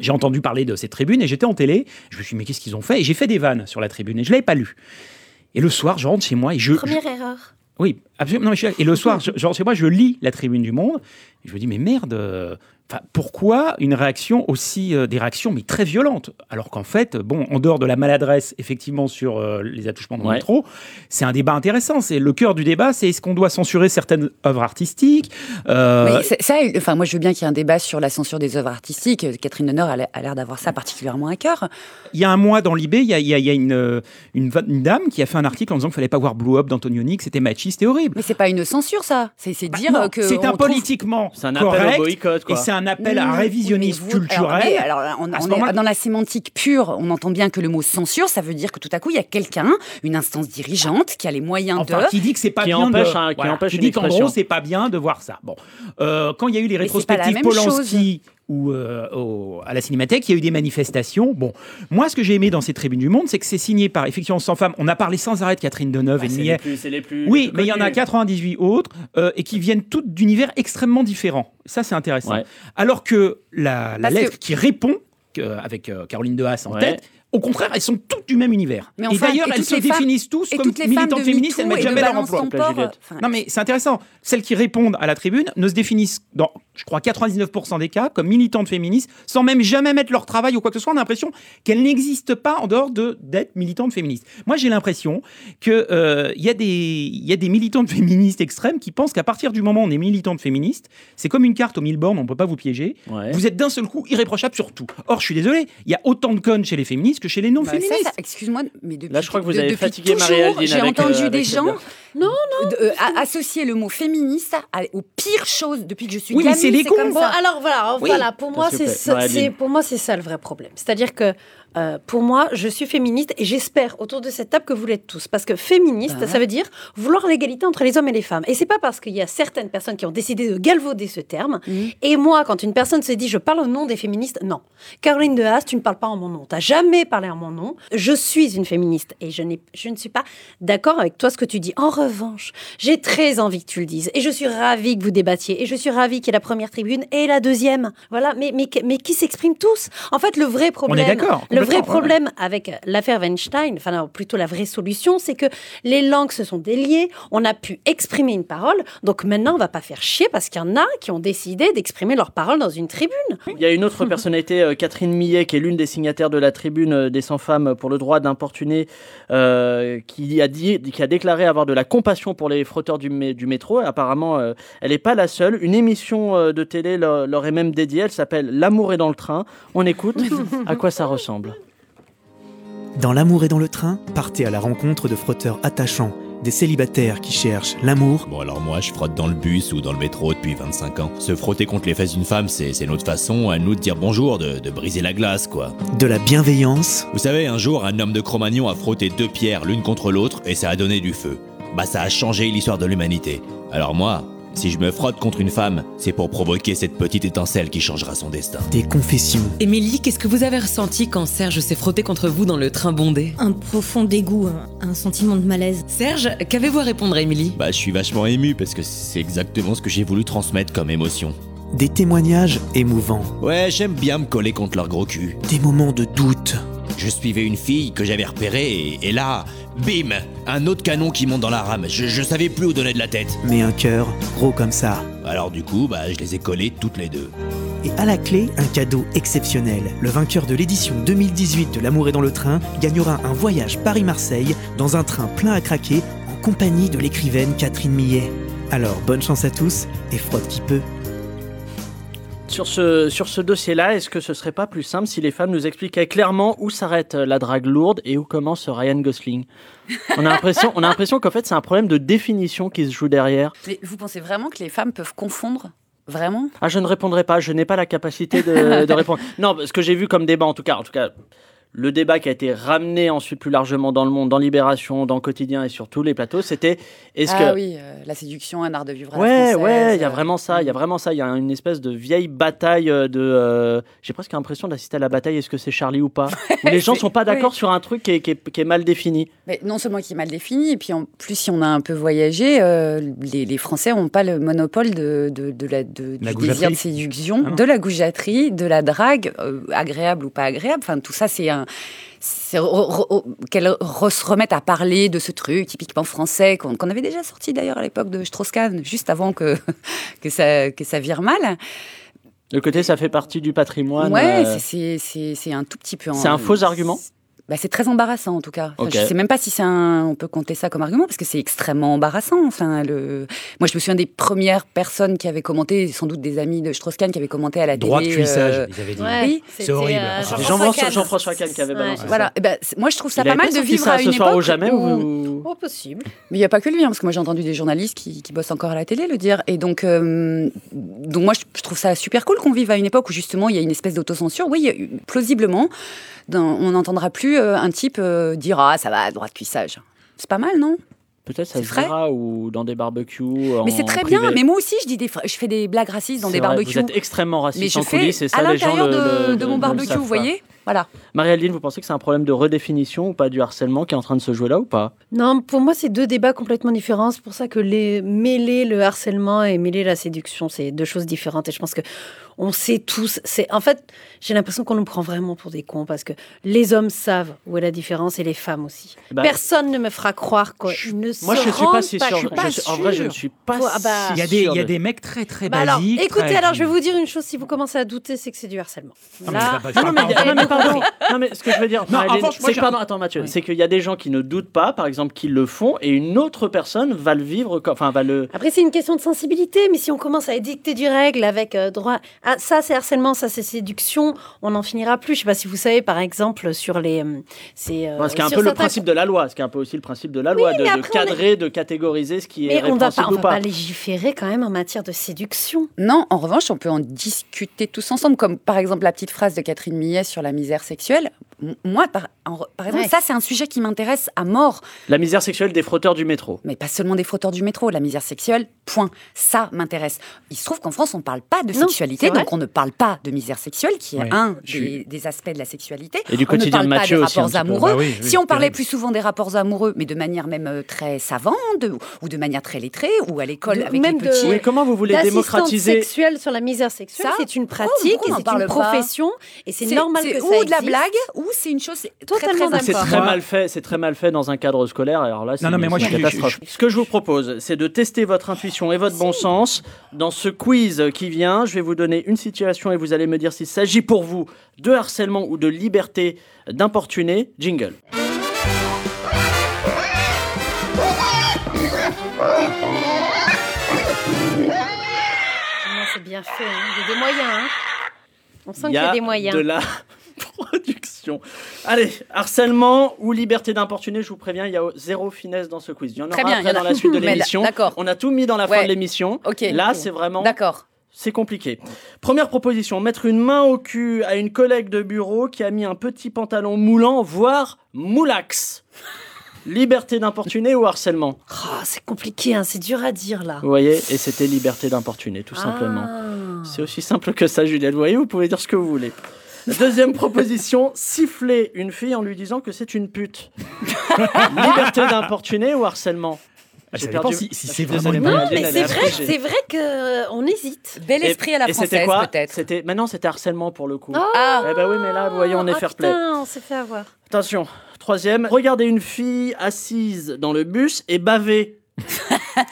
S5: j'ai entendu parler de cette tribune et j'étais en télé. Je me suis dit, mais qu'est-ce qu'ils ont fait Et j'ai fait des vannes sur la tribune et je ne l'avais pas lu. Et le soir, je rentre chez moi et je.
S6: Première erreur.
S5: je- oui, Absolument. Non, mais je suis- Et le soir, je- genre chez moi, je lis la Tribune du Monde. Et je me dis, mais merde, euh, enfin, pourquoi une réaction aussi, euh, des réactions, mais très violentes Alors qu'en fait, bon, en dehors de la maladresse, effectivement, sur euh, les attouchements dans le
S2: Ouais.
S5: métro, c'est un débat intéressant. C'est le cœur du débat, c'est est-ce qu'on doit censurer certaines œuvres artistiques Euh,
S4: Mais ça, ça, enfin, moi, je veux bien qu'il y ait un débat sur la censure des œuvres artistiques. Catherine Deneuve a l'a- a l'air d'avoir ça particulièrement à cœur.
S5: Il y a un mois dans l'IB, il y a, il y a- il y a une, euh, une, va- une dame qui a fait un article en disant qu'il fallait pas voir Blue Up d'Antonioni, que c'était machiste et horrible.
S4: Mais c'est pas une censure, ça. C'est c'est dire
S5: Bah non,
S4: euh, que. on
S5: c'est un
S4: trouve- Mmh,
S5: politiquement
S2: C'est un appel au
S5: correct,
S2: boycott, quoi.
S5: Et c'est un appel
S4: Oui,
S5: à
S4: mais-
S5: révisionnisme
S4: oui, mais vous-
S5: culturel.
S4: Alors, mais alors là, on,
S5: À ce
S4: on est
S5: moment-là-
S4: dans la sémantique pure. On entend bien que le mot censure, ça veut dire que tout à coup, il y a quelqu'un, une instance dirigeante, qui a les moyens
S5: Enfin,
S4: de.
S5: qui dit que c'est pas
S2: Qui
S5: bien
S2: empêche
S5: de,
S2: un- qui empêche
S5: qui
S2: une
S5: dit qu'en
S2: expression.
S5: gros c'est pas bien de voir ça. Bon, Euh, quand il y a eu les
S4: Mais c'est pas la
S5: rétrospectives
S4: même
S5: Polanski ou euh, au- à la Cinémathèque, il y a eu des manifestations. Bon, moi ce que j'ai aimé dans ces tribunes du monde, c'est que c'est signé par effectivement 100 femmes. On a parlé sans arrêt de Catherine
S4: Bah,
S5: Deneuve et de
S2: Ah, c'est
S5: Millet.
S2: les plus, c'est les plus.
S5: Oui,
S2: les plus
S5: mais il y en a
S2: connus.
S5: 98 autres euh, et qui viennent toutes d'univers extrêmement différents. Ça, c'est intéressant.
S2: Ouais.
S5: Alors que la, la
S4: Parce
S5: lettre
S4: que-
S5: qui répond, euh, avec euh, Caroline Dehas en
S2: Ouais.
S5: tête, au contraire, elles sont toutes du même univers.
S4: Mais
S5: et
S4: enfin,
S5: d'ailleurs,
S4: et
S5: elles
S4: toutes
S5: se
S4: les femmes-
S5: définissent tous
S4: et
S5: comme
S4: toutes les femmes
S5: militantes
S4: de
S5: féministes, elles
S4: MeToo
S5: mettent
S4: et de
S5: jamais leur
S4: Balance
S5: emploi.
S4: ton porc,
S2: Juliette.
S4: enfin,
S5: Non, mais c'est intéressant. Celles qui répondent à la tribune ne se définissent dans, je crois, 99% des cas comme militantes féministes, sans même jamais mettre leur travail ou quoi que ce soit. On a l'impression qu'elles n'existent pas en dehors de d'être militantes féministes. Moi, j'ai l'impression que euh, il y a des il y a des militantes [LAUGHS] féministes extrêmes qui pensent qu'à partir du moment où on est militante féministe, c'est comme une carte aux mille bornes, on peut pas vous piéger.
S2: Ouais.
S5: Vous êtes d'un seul coup irréprochable sur tout. Or, je suis désolé, il y a autant de connes chez les féministes que chez les
S4: Bah, ça,
S5: non-féministes.
S4: ça- Excuse-moi, mais depuis,
S2: Là, je crois que vous
S4: de-
S2: avez
S4: depuis
S2: fatigué
S4: toujours,
S2: Marie-Aldine
S4: J'ai
S2: avec, euh,
S4: entendu
S2: avec
S4: des
S2: cette
S4: gens
S2: blague.
S4: non, non, associer le mot féministe à- aux pires choses depuis que je suis
S5: Oui, mais
S4: gamine,
S5: c'est les cons.
S4: comme
S6: Bon,
S4: ça.
S6: alors voilà,
S5: Oui.
S6: voilà pour, moi,
S2: S'il vous
S6: c'est,
S2: plaît.
S6: ça,
S2: Marie-Aline.
S6: c'est- pour moi, c'est ça le vrai problème. C'est-à-dire que euh, pour moi, je suis féministe et j'espère autour de cette table que vous l'êtes tous. Parce que féministe,
S4: Ah.
S6: ça veut dire vouloir l'égalité entre les hommes et les femmes. Et c'est pas parce qu'il y a certaines personnes qui ont décidé de galvauder ce terme.
S5: Mmh.
S4: Mhm.
S6: Et moi, quand une personne se dit je parle au nom des féministes, non. Caroline de Haas, tu ne parles pas en mon nom. Tu n'as jamais parlé en mon nom. Je suis une féministe et je, n'ai- je ne suis pas d'accord avec toi ce que tu dis. En revanche, j'ai très envie que tu le dises et je suis ravie que vous débattiez et je suis ravie qu'il y ait la première tribune et la deuxième. Voilà, mais, mais, mais qui s'expriment tous En fait, le vrai problème,
S5: d'accord, complètement, ouais,
S6: le vrai
S5: ouais.
S6: problème problème avec euh, l'affaire Weinstein, enfin non, plutôt la vraie solution, c'est que les langues se sont déliées, on a pu exprimer une parole, donc maintenant on va pas faire chier parce qu'il y en a qui ont décidé d'exprimer leur parole dans une tribune.
S2: Il y a une autre personnalité, euh, Catherine Millet, qui est l'une des signataires de la tribune euh, des 100 femmes pour le droit d'importuner, euh, qui, a dit, qui a déclaré avoir de la compassion pour les frotteurs du, mé- du métro. Et apparemment, euh, elle n'est pas la seule. Une émission euh, de télé leur, leur est même dédiée. Elle s'appelle L'amour est dans le train. On écoute à quoi ça ressemble.
S8: Dans L'amour et dans le train, partez à la rencontre de frotteurs attachants, des célibataires qui cherchent l'amour.
S12: Bon alors moi je frotte dans le bus ou dans le métro depuis 25 ans. Se frotter contre les fesses d'une femme c'est c'est notre façon à nous de dire bonjour, de, de briser la glace quoi.
S8: De la bienveillance,
S12: Vous savez un jour un homme de Cro-Magnon a frotté deux pierres l'une contre l'autre et ça a donné du feu. Bah ça a changé l'histoire de l'humanité. Alors moi, si je me frotte contre une femme, c'est pour provoquer cette petite étincelle qui changera son destin.
S8: des confessions.
S13: Émilie, qu'est-ce que vous avez ressenti quand Serge s'est frotté contre vous dans le train bondé
S9: Un profond dégoût, un, un sentiment de malaise.
S13: Serge, qu'avez-vous à répondre à Émilie
S12: Bah je suis vachement ému parce que c'est exactement ce que j'ai voulu transmettre comme émotion.
S8: Des témoignages émouvants,
S12: Ouais j'aime bien me coller contre leur gros cul.
S8: des moments de doute,
S12: Je suivais une fille que j'avais repérée et, et là, bim, un autre canon qui monte dans la rame. Je, je savais plus où donner de la tête.
S8: mais un cœur gros comme ça.
S12: Alors du coup, bah, je les ai collées toutes les deux.
S8: Et à la clé, un cadeau exceptionnel. Le vainqueur de l'édition 2018 de L'amour est dans le train gagnera un voyage Paris-Marseille dans un train plein à craquer en compagnie de l'écrivaine Catherine Millet. Alors bonne chance à tous et frotte qui peut.
S2: Sur ce, sur ce dossier-là, est-ce que ce serait pas plus simple si les femmes nous expliquaient clairement où s'arrête euh, la drague lourde et où commence Ryan Gosling On a l'impression, on a l'impression qu'en fait c'est un problème de définition qui se joue derrière.
S4: Mais vous pensez vraiment que les femmes peuvent confondre Vraiment
S2: Ah, je ne répondrai pas, je n'ai pas la
S4: [LAUGHS]
S2: capacité de, de répondre. Non, ce que j'ai vu comme débat, en tout cas, en tout cas, le débat qui a été ramené ensuite plus largement dans le monde, dans Libération, dans Quotidien et sur tous les plateaux, c'était est-ce
S4: Ah
S2: que.
S4: oui, euh, la séduction, un art de vivre à la
S2: Ouais,
S4: française,
S2: ouais, il y a
S4: euh,
S2: vraiment ça, il y a vraiment ça, il y a une espèce de vieille bataille euh, de. euh, J'ai presque l'impression d'assister à la bataille, est-ce que c'est Charlie
S4: [LAUGHS]
S2: ou pas Où les gens
S4: c'est-
S2: sont pas d'accord
S4: oui.
S2: sur un truc qui est, qui est- qui est mal défini.
S4: Mais non seulement qui est mal défini, et puis en plus, si on a un peu voyagé, euh, les, les Français n'ont pas le monopole de, de- de la, de-
S5: La
S4: du
S5: goujaterie.
S4: désir de séduction,
S5: Ah non.
S4: de la goujaterie, de la drague, euh, agréable ou pas agréable. Enfin, tout ça, c'est un, enfin, c'est re- re- qu'elle re- se remette à parler de ce truc typiquement français qu'on qu'on avait déjà sorti d'ailleurs à l'époque de Strauss-Kahn, juste avant que, [LAUGHS] que, ça, que ça vire mal.
S2: Le côté, ça fait partie du patrimoine.
S4: Ouais,
S2: euh,
S4: c'est- c'est- c'est c'est un tout petit peu. en-
S2: C'est un faux argument
S4: Bah, c'est très embarrassant en tout cas. Enfin,
S2: Ok.
S4: Je sais même pas si c'est un- on peut compter ça comme argument parce que c'est extrêmement embarrassant. Enfin, le... moi je me souviens des premières personnes qui avaient commenté, sans doute des amis de Strauss-Kahn qui avaient commenté à la
S5: Droit de
S4: télé. euh,
S5: cuissage,
S6: euh,
S5: ils avaient dit. Ouais,
S4: Oui.
S5: C'est c'était, horrible. euh,
S2: C'est Jean-François Jean- Jean-François Kahn qui avait balancé ça.
S4: Voilà. Eh ben, c'est- moi je trouve ça
S2: Il
S4: pas
S2: avait
S4: mal
S2: pas
S4: de
S2: sorti
S4: vivre
S2: ça
S4: à
S2: ce
S4: une
S2: soir
S4: époque
S2: ou jamais,
S4: où-
S2: ou-
S6: Oh, possible.
S4: mais il n'y a pas que lui, hein, parce que moi j'ai entendu des journalistes qui, qui bossent encore à la télé le dire. Et donc, euh, donc moi je, je trouve ça super cool qu'on vive à une époque où justement il y a une espèce d'autocensure. Oui, il y a eu- plausiblement, dans- on n'entendra plus euh, un type euh, dire Ah, ça va, droit de cuissage. C'est pas mal, non
S2: Peut-être ça
S4: C'est
S2: se
S4: vrai
S2: verra ou dans des barbecues.
S4: Mais c'est très bien, mais moi aussi je, dis des, fra- je fais des blagues racistes dans des barbecues.
S2: Vous êtes extrêmement raciste
S4: mais je
S2: en
S4: fais
S2: coulisses, et ça,
S4: à
S2: les gens
S4: l'intérieur
S2: le-
S4: de,
S2: le-
S4: de
S2: le-
S4: mon
S2: ne le
S4: barbecue,
S2: savent
S4: vous
S2: pas.
S4: voyez Voilà.
S2: Marie-Adeline, vous pensez que c'est un problème de redéfinition ou pas du harcèlement qui est en train de se jouer là ou pas
S6: Non, pour moi, c'est deux débats complètement différents. C'est pour ça que les... mêler le harcèlement et mêler la séduction, c'est deux choses différentes. Et je pense que on sait tous. C'est en fait, j'ai l'impression qu'on nous prend vraiment pour des cons parce que les hommes savent où est la différence et les femmes aussi.
S2: Bah,
S6: Personne ne me fera croire quoi. ne
S2: moi,
S6: se
S2: je suis pas
S6: rendent
S2: si
S6: pas-
S2: sûr.
S6: je suis pas
S2: Je- en vrai, je ne
S6: sûre.
S2: suis pas
S6: Toi, ah bah,
S5: Il y a des, il y a des mecs très très
S6: Bah alors,
S5: basiques.
S6: écoutez,
S5: Eh ben, très-
S6: alors je vais vous dire une chose, si vous commencez à douter, c'est que c'est du harcèlement.
S5: Ah, mais
S6: Là-
S5: c'est pas-
S2: Ah non, mais, il y a- non, mais pardon. Non, mais ce que je veux dire,
S5: Non, en
S2: Marie-Hélène,
S5: revanche,
S2: c'est
S5: moi,
S2: que,
S5: j'ai-
S2: pardon, attends, Mathieu, c'est qu'il y a des gens qui ne doutent pas, par exemple, qui le font, et une autre personne va le vivre, comme- enfin, va le.
S6: Après, c'est une question de sensibilité, mais si on commence à édicter des règles avec euh, droit. Ah, ça, c'est harcèlement, ça, c'est séduction, on n'en finira plus. Je sais pas si vous savez, par exemple, sur les. euh, C'est, euh,
S2: Enfin, ce qui est un
S6: sur
S2: peu le
S6: certains-
S2: principe de la loi, ce qui est un peu aussi le principe de la loi, de,
S6: mais
S2: de
S6: après, on est-
S2: cadrer, de catégoriser ce qui est
S6: Mais on va pas,
S2: répréhensible
S6: on
S2: ou
S6: va
S2: pas.
S6: pas légiférer quand même en matière de séduction.
S4: Non, en revanche, on peut en discuter tous ensemble, comme par exemple la petite phrase de Catherine Millet sur la misère sexuelle. M- Moi, par, en re- par exemple,
S6: Ouais.
S4: ça, c'est un sujet qui m'intéresse à mort.
S2: La misère sexuelle des frotteurs du métro.
S4: Mais pas seulement des frotteurs du métro, la misère sexuelle, point. Ça m'intéresse. Il se trouve qu'en France, on ne parle pas de
S6: Non,
S4: sexualité,
S6: c'est vrai.
S4: donc on ne parle pas de misère sexuelle, qui est
S2: Ouais,
S4: un
S2: je
S4: des, des aspects de la sexualité.
S2: Et
S4: on ne
S2: du quotidien
S4: parle
S2: de
S4: pas
S2: Mathieu
S4: des
S2: aussi, un
S4: rapports
S2: petit peu.
S4: amoureux.
S2: Bah oui, oui,
S4: si on parlait
S2: terrible.
S4: plus souvent des rapports amoureux, mais de manière même euh, très savante, ou de manière très lettrée, ou à l'école
S6: De-
S4: avec
S6: même
S4: les petits.
S6: de- Oui, comment
S2: vous voulez
S6: L'assistante
S2: démocratiser-
S6: sexuelle sur la misère sexuelle,
S4: Ça,
S6: c'est une
S4: pourquoi-
S6: pratique,
S4: pourquoi on
S6: et
S4: en
S6: c'est
S4: parle
S6: une
S4: pas
S6: profession, et c'est normal que ça
S4: Ou de la
S6: existe.
S4: blague, ou c'est une chose
S6: Totalement
S4: très, très
S2: C'est
S4: importante.
S2: très mal fait, c'est très mal fait dans un cadre scolaire. Alors là, c'est
S5: non,
S2: une,
S5: mais moi,
S2: c'est
S5: je
S2: une
S5: suis-
S2: catastrophe. Ce que je vous propose, c'est de tester votre intuition et votre bon sens dans ce quiz qui vient. Je vais vous donner une situation et vous allez me dire s'il s'agit pour vous de harcèlement ou de liberté d'importuner. Jingle.
S6: Moi, c'est bien fait, hein. il y a des moyens. hein. On sent
S2: Il
S6: qu'il
S2: y a
S6: des moyens.
S2: de la [LAUGHS] production. Allez, harcèlement ou liberté d'importuner, je vous préviens, il y a zéro finesse dans ce quiz. Il y en
S4: Très
S2: aura
S4: bien,
S2: après
S4: il y en a.
S2: dans la suite
S4: [LAUGHS]
S2: de
S4: Mais là,
S2: l'émission.
S4: d'accord.
S2: On a tout mis dans la fin
S4: Ouais.
S2: de l'émission.
S4: Ok.
S2: Là, c'est vraiment...
S4: D'accord.
S2: C'est compliqué. Première proposition, mettre une main au cul à une collègue de bureau qui a mis un petit pantalon moulant, voire moulax. Liberté d'importuner ou harcèlement
S6: Oh, c'est compliqué, hein, c'est dur à dire là.
S2: Vous voyez, et c'était liberté d'importuner, tout
S6: Ah.
S2: simplement. C'est aussi simple que ça, Juliette. Vous voyez, vous pouvez dire ce que vous voulez. Deuxième proposition, siffler une fille en lui disant que c'est une
S6: [LAUGHS]
S2: pute. Liberté d'importuner ou harcèlement
S5: Ah, ça
S2: J'ai
S5: dépend
S2: perdu-
S5: si-
S2: Ah,
S5: si
S2: je
S5: c'est
S2: suis
S5: vraiment
S2: désolé,
S5: une
S2: Marie-Hélène,
S5: pute.
S2: elle
S6: Mais
S2: a
S6: c'est vrai,
S2: appris.
S6: c'est vrai qu'on hésite.
S4: Bel
S2: Et-
S4: esprit à la
S2: et c'était
S4: française,
S2: quoi
S4: peut-être.
S2: C'était maintenant c'était harcèlement pour le coup.
S6: Ah.
S2: eh ben oui, mais là, vous voyez, on est
S6: Ah,
S2: fair play. Ah,
S6: putain, on s'est fait avoir.
S2: Attention, troisième, regarder une fille assise dans le bus et baver.
S4: Ça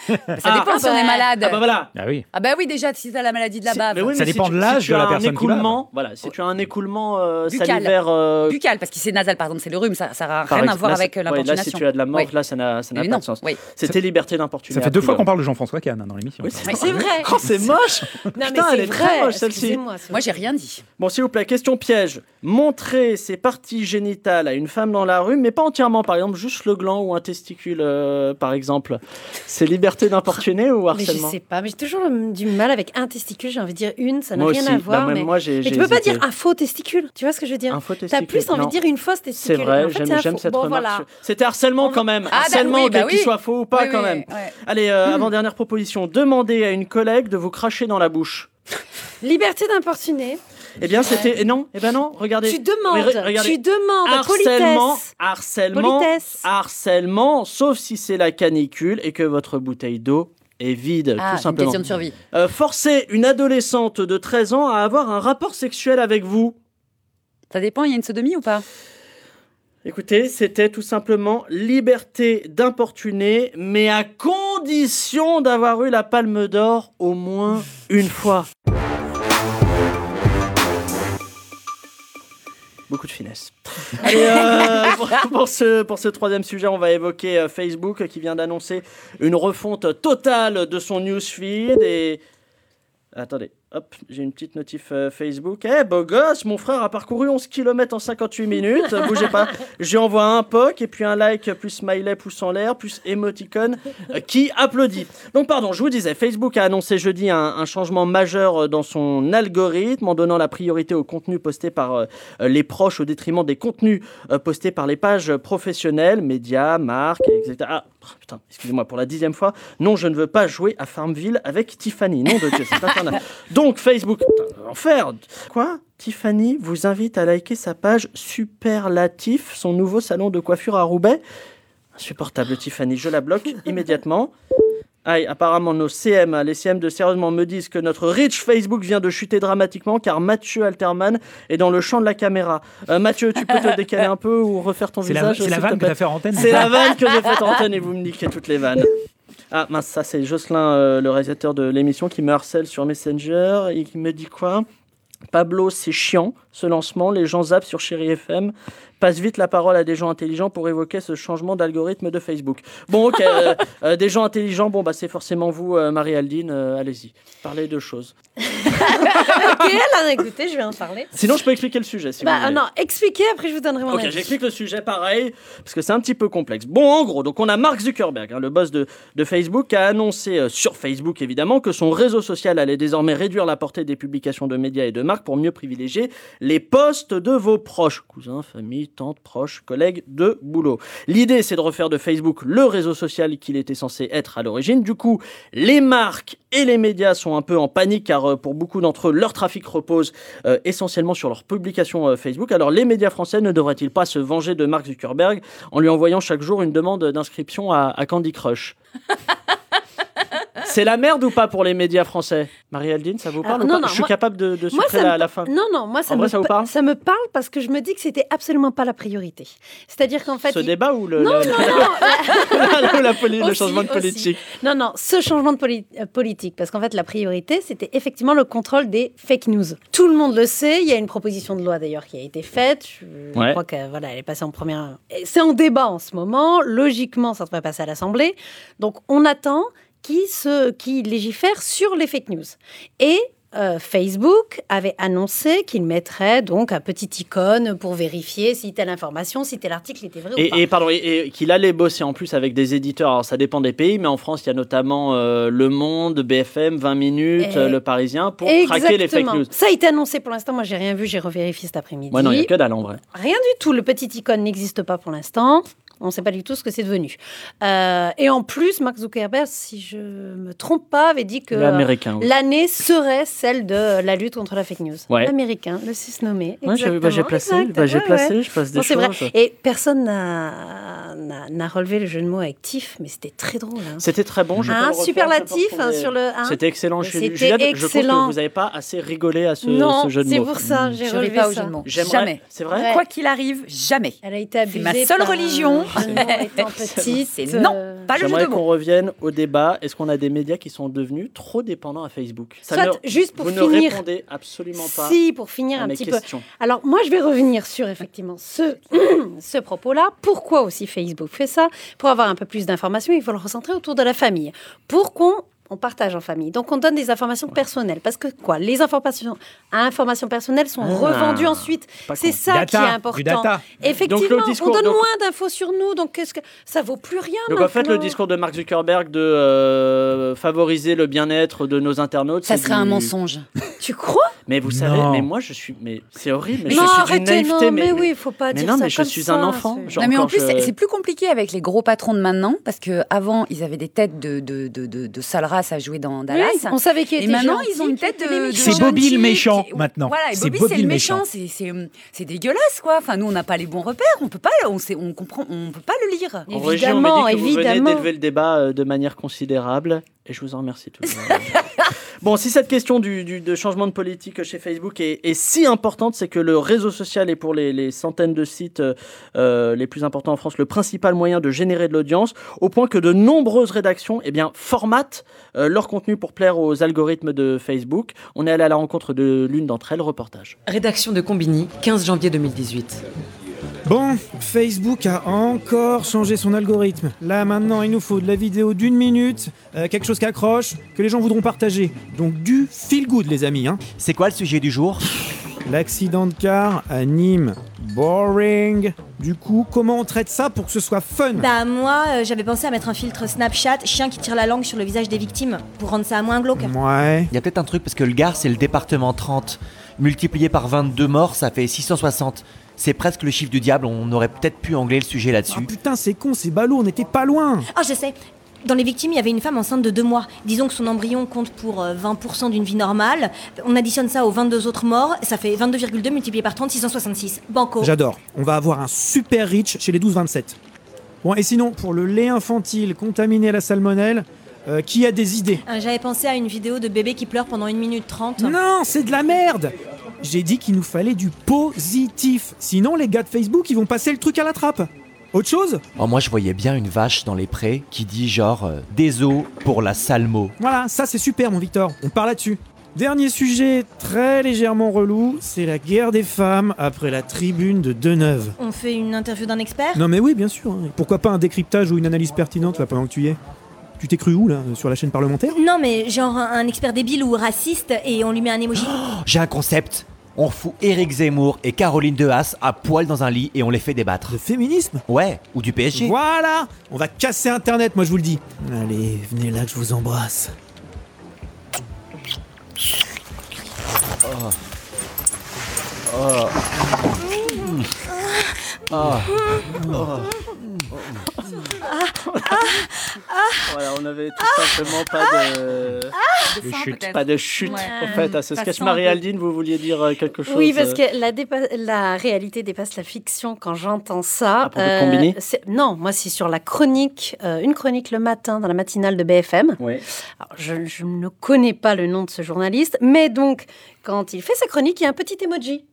S4: dépend si on est malade.
S2: Ah bah voilà.
S5: Ah oui.
S4: Ah bah oui, déjà, si t'as la maladie de la bave.
S2: Mais oui, mais si tu- si tu as un écoulement, voilà, si tu as un écoulement euh,
S4: Buccal.
S2: salivaire euh,
S4: Buccal, parce que c'est nasal, par exemple, c'est le rhume, ça n'a
S2: par
S4: rien à
S2: ex-
S4: voir
S2: là,
S4: avec
S2: c'est-
S4: euh,
S2: ouais,
S4: l'importunation.
S2: là, si tu as de la morve,
S4: Oui.
S2: là, ça n'a ça n'a
S4: Mais
S2: pas
S4: non,
S2: de sens.
S4: oui.
S2: C'était liberté d'importunité.
S5: Ça fait deux fois qu'on parle de Jean-François Kahn hein, dans l'émission.
S2: c'est
S4: Mais
S2: vrai.
S4: c'est vrai.
S2: Oh, c'est moche.
S4: mais
S2: Putain, elle
S4: c'est
S2: est très
S4: vrai,
S2: moche celle-ci.
S4: excusez-moi, Moi, j'ai rien dit.
S2: Bon, s'il vous plaît, question piège. Montrer ses parties génitales à une femme dans la rue, mais pas entièrement, par exemple, juste le gland ou un testicule, euh, par exemple. C'est liberté d'importuner ou
S6: [LAUGHS] Mais je
S2: harcèlement
S6: sais pas, mais j'ai toujours le- du mal avec un testicule, j'ai envie de dire une, ça n'a
S2: Moi
S6: rien
S2: aussi,
S6: à
S2: bah,
S6: voir.
S2: même
S6: mais
S2: moi, j'ai-
S6: mais tu
S2: j'ai
S6: peux pas
S2: hésité.
S6: dire un faux testicule, tu vois ce que je veux dire
S2: Un faux
S6: T'as
S2: testicule,
S6: plus envie
S2: non.
S6: de dire une fausse
S2: C'est
S6: testicule.
S2: vrai,
S6: en fait,
S2: j'aime
S6: c'est un
S2: j'aime
S6: faux.
S2: cette
S6: bon,
S2: remarque.
S6: Voilà.
S2: C'était harcèlement quand même.
S6: Ah, bah
S2: harcèlement,
S6: oui, bah
S2: que- qu'il
S6: oui.
S2: soit faux ou pas
S6: Oui,
S2: quand
S6: oui, Hmm.
S2: même.
S6: ouais.
S2: Allez, euh, avant-dernière proposition. Demander à une collègue de vous cracher dans la bouche.
S6: Liberté d'importuner.
S2: Eh bien, c'était. eh Non, eh ben non, regardez.
S6: Tu demandes,
S2: Mais re- regardez.
S6: tu demandes,
S2: Harcèlement,
S6: politesse.
S2: harcèlement,
S6: Politesse.
S2: harcèlement, sauf si c'est la canicule et que votre bouteille d'eau est vide,
S4: Ah,
S2: tout
S4: une
S2: simplement.
S4: question de survie.
S2: Euh, forcer une adolescente de 13 ans à avoir un rapport sexuel avec vous.
S4: Ça dépend, il y a une sodomie ou pas
S2: Écoutez, c'était tout simplement liberté d'importuner, mais à condition d'avoir eu la palme d'or au moins une fois. Beaucoup de finesse. Allez, euh, pour, pour ce, pour ce troisième sujet, on va évoquer euh, Facebook euh, qui vient d'annoncer une refonte totale de son newsfeed. Et. Attendez, hop, j'ai une petite notif euh, Facebook. Eh, beau gosse, mon frère a parcouru 11 km en 58 minutes. Euh, Bougez pas. J'y envoie un POC et puis un like, plus smiley, pouce en l'air, plus émoticône euh, qui applaudit. Donc, pardon, je vous disais, Facebook a annoncé jeudi un, un changement majeur euh, dans son algorithme en donnant la priorité aux contenus postés par euh, les proches au détriment des contenus euh, postés par les pages professionnelles, médias, marques, etc. Ah, putain, excusez-moi pour la dixième fois. Non, je ne veux pas jouer à Farmville avec Tiffany. Non, de Dieu, c'est infernal. Donc, Facebook, putain, l'enfer. Quoi Tiffany vous invite à liker sa page Superlatif, son nouveau salon de coiffure à Roubaix. Insupportable, Tiffany, je la bloque immédiatement. Aïe, apparemment nos CM, hein, les CM de Sérieusement me disent que notre rich Facebook vient de chuter dramatiquement car Mathieu Alterman est dans le champ de la caméra. Euh, Mathieu, tu peux te décaler un peu ou refaire ton
S5: C'est la-
S2: visage
S5: c'est la
S2: s'il te
S5: vanne que
S2: plaît
S5: t'as fait en antenne.
S2: C'est la vanne que j'ai faite en antenne et vous me niquez toutes les vannes. Ah mince, ça c'est Jocelyn, euh, le réalisateur de l'émission, qui me harcèle sur Messenger et qui me dit quoi Pablo, c'est chiant, ce lancement, les gens zappent sur Chéri FM, passe vite la parole à des gens intelligents pour évoquer ce changement d'algorithme de Facebook. Bon, ok,
S6: [LAUGHS]
S2: euh, euh, des gens intelligents, bon, bah c'est forcément vous, euh, Marie-Aldine, euh, allez-y, parlez de choses.
S6: ok, alors écoutez, je vais en parler.
S2: Sinon, je peux expliquer le sujet, si vous
S6: Bah,
S2: voulez.
S6: non, expliquez, après je vous donnerai mon
S2: Ok,
S6: avis.
S2: j'explique le sujet pareil, parce que c'est un petit peu complexe. Bon, en gros, donc on a Mark Zuckerberg, hein, le boss de, de Facebook, qui a annoncé euh, sur Facebook, évidemment, que son réseau social allait désormais réduire la portée des publications de médias et de marques pour mieux privilégier les posts de vos proches, cousins, famille, tantes, proches, collègues de boulot. L'idée, c'est de refaire de Facebook le réseau social qu'il était censé être à l'origine. Du coup, les marques et les médias sont un peu en panique car euh, pour beaucoup d'entre eux, leur trafic repose euh, essentiellement sur leurs publications euh, Facebook. Alors les médias français ne devraient-ils pas se venger de Mark Zuckerberg en lui envoyant chaque jour une demande d'inscription à, à Candy Crush C'est la merde ou pas pour les médias français Marie-Aldine, ça vous parle
S6: Alors,
S2: ou
S6: Ah,
S2: pas
S6: non, non,
S2: Je suis
S6: moi-
S2: capable de, de
S6: Moi,
S2: sucrer
S6: ça
S2: la,
S6: me-
S2: la fin.
S6: Non, non, moi ça,
S2: En
S6: me,
S2: vrai, ça vous
S6: pa-
S2: parle
S6: ça me parle parce que je me dis que c'était absolument pas la priorité. C'est-à-dire qu'en fait.
S2: Ce
S6: il-
S2: débat ou le,
S6: Non,
S2: la-
S6: non,
S2: [LAUGHS] la- la poli- le
S6: Aussi,
S2: changement de
S6: aussi.
S2: politique
S6: Non, non, ce changement de poli- euh, politique, parce qu'en fait, la priorité, c'était effectivement le contrôle des fake news. Tout le monde le sait, il y a une proposition de loi d'ailleurs qui a été faite, je
S14: Ouais.
S6: crois qu'elle voilà, elle est passée en première... et C'est en débat en ce moment, logiquement, ça devrait passer à l'Assemblée, donc on attend qui, se, qui légifère sur les fake news. Et... euh, Facebook avait annoncé qu'il mettrait donc un petit icône pour vérifier si telle information, si tel article était vrai ou pas.
S2: Et, et pardon, et, et qu'il allait bosser en plus avec des éditeurs. Alors ça dépend des pays, mais en France, il y a notamment euh, Le Monde, BFM, 20 minutes,
S6: Et-
S2: euh, Le Parisien, pour traquer les fake
S6: Exactement.
S2: news.
S6: Ça a été annoncé pour l'instant. Moi, j'ai rien vu. J'ai revérifié cet après-midi.
S2: Moi, non, il n'y a que dalle en vrai.
S6: Rien du tout. Le petit icône n'existe pas pour l'instant. On ne sait pas du tout ce que c'est devenu. Euh, et en plus, Mark Zuckerberg, si je me trompe pas, avait dit que euh,
S2: L'américain, oui.
S6: l'année serait celle de euh, la lutte contre la fake news.
S2: Ouais.
S6: Américain, le 6 nommé.
S2: Ouais, j'ai- bah, j'ai placé,
S6: Exact.
S2: bah, j'ai
S6: Ouais,
S2: placé,
S6: ouais.
S2: je passe des
S6: Non, c'est vrai.
S2: choses.
S6: Et personne n'a- n'a n'a relevé le jeu de mots actif, mais c'était très drôle. hein.
S2: C'était très bon. Je peux
S6: Un
S2: le refaire,
S6: superlatif,
S2: je peux le
S6: hein,
S2: retrouver.
S6: sur le- hein.
S2: C'était excellent. Je, suis-
S6: C'était
S2: Juliette, je pense
S6: excellent.
S2: que vous n'avez pas assez rigolé à ce,
S6: non,
S2: ce jeu de mots.
S6: c'est pour ça, j'ai
S4: Je vais
S6: relevé
S4: pas
S6: ça.
S4: au jeu de mots.
S2: J'aimerais-
S4: Jamais.
S2: C'est vrai
S4: Quoi qu'il arrive, jamais.
S6: Elle a été
S4: C'est
S6: abusée.
S4: ma seule
S6: par un
S4: religion.
S6: jeune homme étant petite,
S4: C'est
S6: euh,
S4: non, pas Ah, le jeu
S2: J'aimerais
S4: de
S2: qu'on
S4: mots.
S2: revienne au débat. Est-ce qu'on a des médias qui sont devenus trop dépendants à Facebook Ça
S6: Soit,
S2: ne-
S6: juste pour
S2: vous
S6: finir-
S2: ne répondez absolument pas.
S6: Si, pour finir
S2: à
S6: un
S2: mes
S6: petit
S2: questions.
S6: peu. Oh, Alors, moi, je vais revenir sur effectivement ce, [CLEARS THROAT] ce propos-là. Pourquoi aussi Facebook fait ça Pour avoir un peu plus d'informations, il faut le recentrer autour de la famille. Pour qu'on on partage en famille. Donc, on donne des informations personnelles. Parce que quoi Les informations, informations personnelles sont
S2: Ah.
S6: revendues ensuite.
S2: Pas
S6: C'est
S2: con.
S6: ça
S2: Data,
S6: qui est
S2: du
S6: important.
S2: data.
S6: Effectivement,
S2: Donc, le discours-
S6: on donne
S2: donc-
S6: moins d'infos sur nous. Donc, qu'est-ce que ça vaut plus rien
S2: Donc en fait, le
S6: maintenant.
S2: discours de Mark Zuckerberg de euh, favoriser le bien-être de nos internautes,
S4: Ça
S2: c'est
S4: serait un
S2: du-
S4: mensonge.
S6: Tu crois
S2: Mais vous savez,
S4: Non.
S2: mais moi je suis, mais c'est horrible, mais
S4: Non,
S2: je suis d'une
S4: arrêtez,
S2: naïveté,
S4: non, mais oui,
S6: faut pas
S2: mais
S6: dire
S2: non,
S6: ça
S2: mais je
S6: comme
S2: suis
S6: ça,
S2: un enfant.
S6: c'est-
S2: Genre,
S4: Non, mais en
S2: encore,
S4: plus,
S2: je-
S4: c'est- c'est plus compliqué avec les gros patrons de maintenant, parce que avant ils avaient des têtes de, de, de, de, de sale race à jouer dans Dallas.
S6: Oui, on savait qui
S4: Et
S6: était
S4: maintenant,
S6: gentil,
S4: ils ont une
S6: qui
S4: tête
S6: était
S4: de.
S6: méchant.
S4: de
S5: C'est Bobby
S4: gentil,
S5: le méchant,
S4: qui-
S5: maintenant.
S4: Voilà, et
S5: C'est
S4: Bobby,
S5: Bobby
S4: c'est le
S5: le
S4: méchant.
S5: méchant.
S4: C'est- C'est hum, c'est dégueulasse, quoi. Enfin, nous, on n'a pas les bons repères. On peut pas, le- on, sait- on comprend, on peut pas le lire.
S2: En régie, on m'a dit que vous venez d'élever le débat euh, de manière considérable, et je vous en remercie tous. [LAUGHS] Bon, si cette question du, du- de changement de politique chez Facebook est, est si importante, c'est que le réseau social est pour les, les centaines de sites euh, euh, les plus importants en France le principal moyen de générer de l'audience, au point que de nombreuses rédactions eh bien, formatent euh, leur contenu pour plaire aux algorithmes de Facebook. On est allé à la rencontre de l'une d'entre elles, reportage.
S13: Rédaction de Combini, 15 janvier 2018.
S8: Bon, Facebook a encore changé son algorithme. Là maintenant, il nous faut de la vidéo d'une minute, euh, quelque chose qui accroche, que les gens voudront partager. Donc du feel good, les amis. hein.
S10: C'est quoi le sujet du jour
S8: L'accident de car à Nîmes. Boring. Du coup, comment on traite ça pour que ce soit fun
S9: Bah moi, euh, j'avais pensé à mettre un filtre Snapchat, chien qui tire la langue sur le visage des victimes, pour rendre ça moins glauque.
S10: Ouais. Il y a peut-être un truc parce que le Gard, c'est le département 30. Multiplié par 22 morts, ça fait 660. C'est presque le chiffre du diable, on aurait peut-être pu angler le sujet là-dessus.
S8: Ah Putain, c'est con, c'est ballot, on n'était pas loin.
S9: Ah, je sais. Dans les victimes, il y avait une femme enceinte de deux mois. Disons que son embryon compte pour euh, 20% d'une vie normale. On additionne ça aux 22 autres morts, ça fait 22,2 multiplié par 30, 666. Banco.
S8: J'adore. On va avoir un super rich chez les 12-27. Bon, et sinon, pour le lait infantile contaminé à la salmonelle, euh, qui a des idées
S9: Euh, J'avais pensé à une vidéo de bébé qui pleure pendant 1 minute 30.
S8: Non, c'est de la merde J'ai dit qu'il nous fallait du positif. Sinon, les gars de Facebook, ils vont passer le truc à la trappe. Autre chose
S10: Oh, moi, je voyais bien une vache dans les prés qui dit genre euh, des os pour la salmo.
S8: Voilà, ça c'est super, mon Victor. On part là-dessus. Dernier sujet, très légèrement relou, c'est la guerre des femmes après la tribune de Deneuve.
S9: On fait une interview d'un expert
S8: Non mais oui, bien sûr. hein. Pourquoi pas un décryptage ou une analyse pertinente là pendant que tu y es Tu t'es cru où là Sur la chaîne parlementaire
S9: Non, mais genre un un expert débile ou raciste et on lui met un emoji.
S10: J'ai un concept. On fout Éric Zemmour et Caroline Dehaas à poil dans un lit et on les fait débattre. Le
S8: féminisme
S10: Ouais, ou du PSG.
S8: Voilà On va casser Internet, moi je vous le dis. Allez, venez là que je vous embrasse.
S2: Voilà, on avait tout simplement pas de,
S6: De sang, chute. peut-être.
S2: Pas de chute,
S6: Ouais.
S2: en fait, à ce
S6: Pas
S2: sketch.
S6: sang,
S2: Marie-Aldine, vous vouliez dire euh, quelque chose
S6: Oui, parce
S2: euh,
S6: que la, dépa- la réalité dépasse la fiction quand j'entends ça. euh,
S2: Ah, pour le combiné
S6: c'est- Non, moi, c'est sur la chronique, euh, une chronique le matin dans la matinale de BFM. Alors, je, je ne connais pas le nom de ce journaliste, mais donc, quand il fait sa chronique, il y a un petit emoji.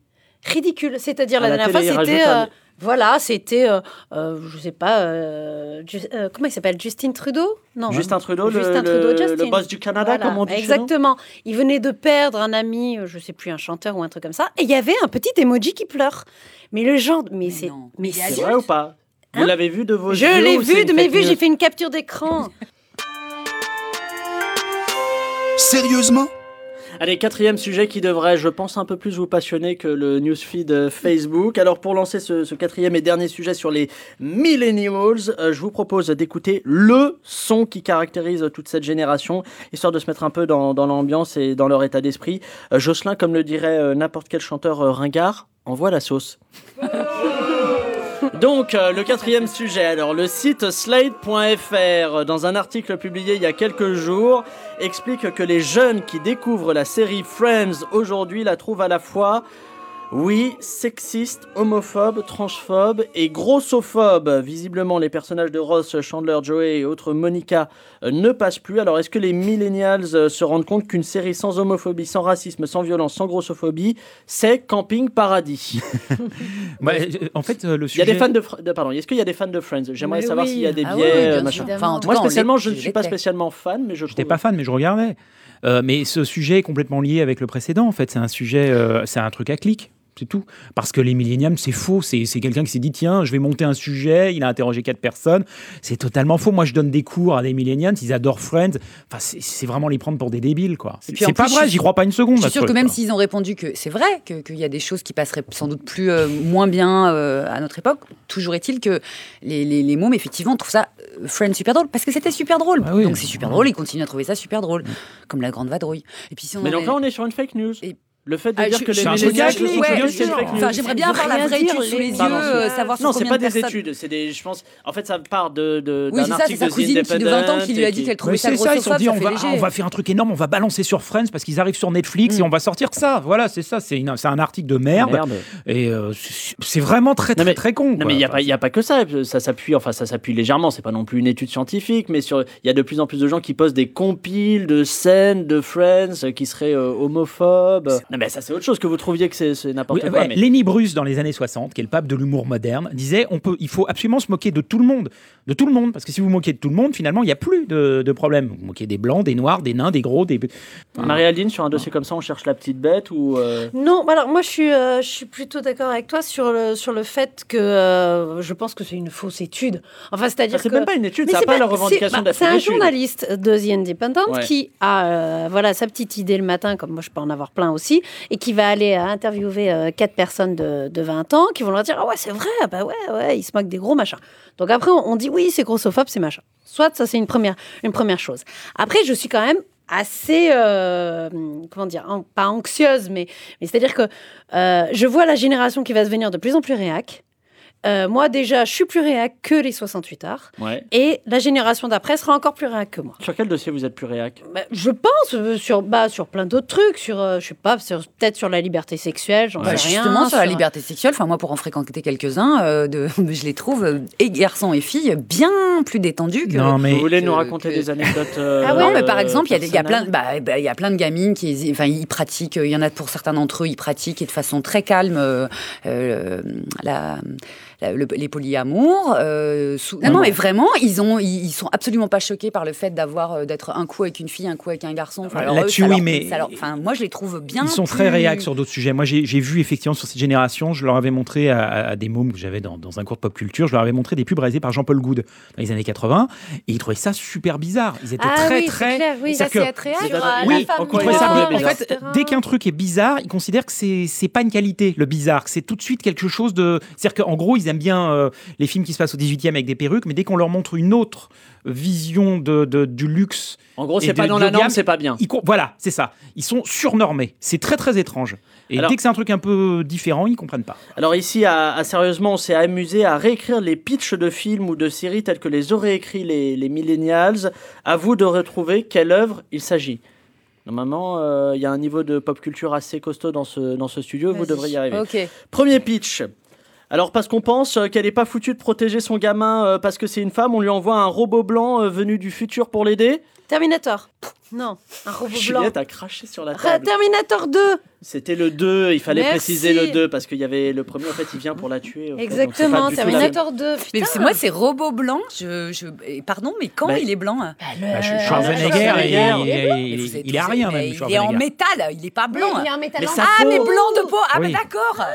S6: Ridicule. C'est-à-dire,
S2: À la
S6: la dernière
S2: télé,
S6: fois,
S2: il
S6: c'était.
S2: rajoute un-
S6: euh, voilà, c'était, euh, euh, je sais pas, euh, Ju- euh, comment il s'appelle Justin Trudeau Non.
S2: Justin
S6: hein.
S2: Trudeau, le-
S6: Justin
S2: le-
S6: Trudeau, Justin.
S2: le boss du Canada, comme on dit chez nous.
S6: Exactement. Il venait de perdre un ami, euh, je sais plus, un chanteur ou un truc comme ça, et il y avait un petit emoji qui pleure. Mais le genre, mais c'est, mais
S2: C'est
S6: c'est-
S2: vrai ou pas Vous
S6: Hein
S2: l'avez vu de vos
S6: Je
S2: yeux
S6: l'ai
S2: ou c'est
S6: vu de
S2: une
S6: mes
S2: fake
S6: vues,
S2: news
S6: j'ai fait une
S2: [LAUGHS]
S6: capture d'écran.
S2: Sérieusement Allez, quatrième sujet qui devrait, je pense, un peu plus vous passionner que le newsfeed euh, Facebook. Alors, pour lancer ce, ce quatrième et dernier sujet sur les millennials, euh, je vous propose d'écouter le son qui caractérise toute cette génération, histoire de se mettre un peu dans, dans l'ambiance et dans leur état d'esprit. Euh, Jocelyn, comme le dirait euh, n'importe quel chanteur euh, ringard, envoie la sauce. Donc, euh, le quatrième sujet, alors le site slate.fr, euh, dans un article publié il y a quelques jours, explique que les jeunes qui découvrent la série Friends aujourd'hui la trouvent à la fois, oui, sexiste, homophobe, transphobe et grossophobe. Visiblement, les personnages de Ross, Chandler, Joey et autres Monica euh, ne passent plus. Alors, est-ce que les millennials euh, se rendent compte qu'une série sans homophobie, sans racisme, sans violence, sans grossophobie, c'est Camping Paradis
S5: Bah, euh, en fait, euh, le
S2: il y a
S5: sujet.
S2: des fans de, Fr- de- pardon. Est-ce qu'il y a des fans de Friends J'aimerais
S5: Mais
S2: savoir
S5: oui.
S2: s'il y a des
S5: Ah
S2: biais,
S5: oui, bien
S2: euh,
S5: sûr.
S2: machin.
S5: Enfin, en tout
S2: Moi
S5: cas, on
S2: spécialement,
S5: l'était,
S2: je ne
S5: je
S2: suis pas
S5: l'était.
S2: spécialement fan, mais je trouve.
S5: J'étais pas fan, mais je regardais. Euh, mais ce sujet est complètement lié avec le précédent. En fait, c'est un sujet, euh, c'est un truc à clic. C'est tout. Parce que les milléniums, c'est faux. C'est c'est quelqu'un qui s'est dit tiens, je vais monter un sujet. Il a interrogé quatre personnes. C'est totalement faux. Moi, je donne des cours à des milléniums. Ils adorent Friends. Enfin, c'est- c'est vraiment les prendre pour des débiles, quoi.
S4: Et puis, en
S5: C'est pas
S4: plus,
S5: vrai.
S4: je-
S5: J'y crois pas une seconde.
S4: Je suis
S5: à ce
S4: sûre que
S5: truc,
S4: même
S5: quoi.
S4: s'ils ont répondu que c'est vrai, que- qu'il y a des choses qui passeraient sans doute plus euh, moins bien euh, à notre époque, toujours est-il que les, les, les mômes, effectivement, trouvent ça euh, Friends super drôle, parce que c'était super drôle. Donc c'est super drôle, ils continuent à trouver ça super drôle, comme la grande vadrouille. Et puis si on
S2: Mais
S4: en
S2: donc
S4: est-
S2: là, on est sur une fake news. Le fait de
S14: Ah,
S2: dire
S14: je-
S2: que
S14: je-
S2: les
S14: je- je-
S2: millennials-
S14: je- je-
S2: Oui,
S14: je-
S2: oui,
S14: je-
S2: c'est
S14: je-
S2: fake
S14: enfin,
S2: news.
S14: j'aimebien Ça avoir veut la rien vraie étude dire, sous les les- yeux,
S2: Pardon.
S14: euh, savoir sur
S2: Non, c'est
S14: combien
S2: pas
S14: de
S2: des
S14: personnes-
S2: études, c'est des. Je pense. En fait, ça part de de-
S14: Oui,
S2: d'un
S14: c'est ça,
S2: article
S14: c'est sa
S2: de The
S14: cousine qui, de 20 ans, qui
S2: Independent
S14: lui a
S2: et
S14: dit qu'elle trouvait
S5: Mais
S14: ça
S5: c'est ça, ils se sont
S14: grossophobe,
S5: dit on
S14: ça
S5: va,
S14: fait
S5: ah,
S14: léger.
S5: on va faire un truc énorme, on va balancer sur Friends parce qu'ils arrivent sur Netflix et on va sortir ça. Voilà, c'est ça, c'est une- c'est un article de merde.
S2: Mm. Merde.
S5: Et euh, c'est- c'est vraiment très très très con.
S2: Non, mais il n'y a, pas- il y a pas que ça. Ça s'appuie, enfin, ça s'appuie légèrement. C'est pas non plus une étude scientifique, mais sur, il y a de plus en plus de gens qui postent des compiles de scènes de Friends euh, qui seraient euh, homophobes. Non, mais ça, c'est autre chose que vous trouviez que c'est c'est n'importe
S5: Oui,
S2: quoi.
S5: ouais,
S2: mais-
S5: Lenny Bruce, dans les années 60, qui est le pape de l'humour moderne, disait on peut, il faut absolument se moquer de tout le monde. De tout le monde. Parce que si vous vous moquez de tout le monde, finalement, il n'y a plus de, de problème. Vous vous moquez des blancs, des noirs, des nains, des gros, des. Enfin,
S2: Marie-Aldine, sur un dossier comme ça, on cherche la petite bête ou. euh,
S6: Non, alors moi je suis, euh, je suis plutôt d'accord avec toi sur le, sur le fait que euh, je pense que c'est une fausse étude. Enfin, c'est-à-dire
S2: Ah, c'est
S6: que-
S2: même pas une étude,
S6: Mais
S2: ça a
S6: c'est
S2: pas la revendication
S6: c'est- bah,
S2: d'être
S6: C'est
S2: une
S6: un
S2: étude.
S6: journaliste de The Independent
S2: Ouais.
S6: qui a euh, voilà, sa petite idée le matin, comme moi je peux en avoir plein aussi, et qui va aller euh, interviewer euh, quatre personnes de, de 20 ans qui vont leur dire Ah ouais, c'est vrai, ah bah ouais, ouais, ils se moquent des gros machins. Donc après, on, on dit Oui, c'est grossophobe, c'est machin. Soit ça, c'est une première, une première chose. Après, je suis quand même assez, euh, comment dire, an- pas anxieuse, mais, mais c'est-à-dire que euh, je vois la génération qui va devenir de plus en plus réac. Euh, moi, déjà, je suis plus réac que les 68 arts.
S2: Ouais.
S6: Et la génération d'après sera encore plus réac que moi.
S2: Sur quel dossier vous êtes plus réac
S6: Bah, je pense euh, sur, bah, sur plein d'autres trucs, sur, euh, je sais pas, sur- peut-être sur la liberté sexuelle, j'en
S4: Bah,
S6: sais rien.
S4: justement, sur la liberté sexuelle, enfin moi pour en fréquenter quelques-uns, euh, de, [LAUGHS] je les trouve, euh, et garçons et filles, bien plus détendus que.
S2: Vous voulez nous
S4: que-
S2: raconter des anecdotes euh,
S4: Ah non, mais
S5: euh,
S4: par exemple, il y a des- il y, a plein,
S2: gars
S4: de- bah, bah, il y a plein de gamines qui enfin, ils pratiquent, euh, il y en a pour certains d'entre eux, ils pratiquent et de façon très calme euh, euh, la- la- le- les polyamours. euh, sous- non, non, mais vraiment, ils, ont, ils, ils sont absolument pas choqués par le fait d'avoir euh, d'être un coup avec une fille, un coup avec un garçon. Enfin,
S5: Ouais,
S4: alors, eux,
S5: là-dessus,
S4: ça leur-
S5: oui, mais-
S4: ça leur- enfin, moi, je les trouve bien.
S5: Ils sont très
S4: plus-
S5: réacs sur d'autres sujets. Moi, j'ai j'ai vu effectivement sur cette génération, je leur avais montré à, à des mômes que j'avais dans, dans un cours de pop culture, je leur avais montré des pubs réalisées par Jean-Paul Goud dans les années 80, et ils trouvaient ça super bizarre. Ils étaient
S6: Ah
S5: très,
S6: oui, c'est
S5: très.
S6: clair, oui.
S5: C'est-à-dire
S6: Ça, c'est
S5: que-
S6: attrayant, C'est genre, vrai. euh, la
S5: Oui,
S6: femme
S5: ils trouvaient ça
S6: noire,
S5: bien. En fait,
S6: etc.
S5: dès qu'un truc est bizarre, ils considèrent que c'est c'est pas une qualité, le bizarre, que c'est tout de suite quelque chose de. C'est-à-dire qu'en gros, ils aiment bien euh, les films qui se passent au 18e avec des perruques, mais dès qu'on leur montre une autre vision de, de- du luxe.
S2: En gros,
S5: et
S2: c'est
S5: de-
S2: pas dans
S5: du
S2: la
S5: haut de
S2: norme,
S5: gamme,
S2: c'est pas bien.
S5: ils com- voilà, c'est ça. Ils sont surnormés. C'est très très étrange. Et
S2: Alors-
S5: dès que c'est un truc un peu différent, ils comprennent pas.
S2: Alors ici, à, à sérieusement, on s'est amusé à réécrire les pitchs de films ou de séries tels que les auraient écrits les, les millennials. À vous de retrouver quelle œuvre il s'agit. Normalement, euh, il y a un niveau de pop culture assez costaud dans ce, dans ce studio, vous
S14: Vas-y.
S2: devrez y arriver.
S14: Ok.
S2: Premier pitch. Alors parce qu'on pense euh, qu'elle n'est pas foutue de protéger son gamin euh, parce que c'est une femme, on lui envoie un robot blanc euh, venu du futur pour l'aider.
S6: Terminator. Non, un robot blanc.
S2: Juliette a craché sur la
S6: Ra-
S2: table.
S6: Terminator 2.
S2: C'était le 2, il fallait
S6: Merci.
S2: préciser le 2 parce qu'il y avait le premier en fait, il vient pour la tuer. en fait, donc c'est pas
S6: Exactement,
S2: du tout la
S6: Terminator 2.
S4: Mais
S6: putain.
S4: c'est- moi, c'est robot blanc. Je, je- eh, Pardon, mais quand
S2: Bah,
S4: il est blanc hein
S5: Bah, Sch- Schwarzenegger, il, il- il- il- il est à rien même.
S4: Mais Il est en
S5: Schwarzenegger.
S4: métal, il est pas blanc.
S6: Oui, il est en métal
S5: Mais en sa
S4: ah,
S5: peau.
S4: mais blanc de peau. Ah,
S5: Oui.
S4: mais d'accord.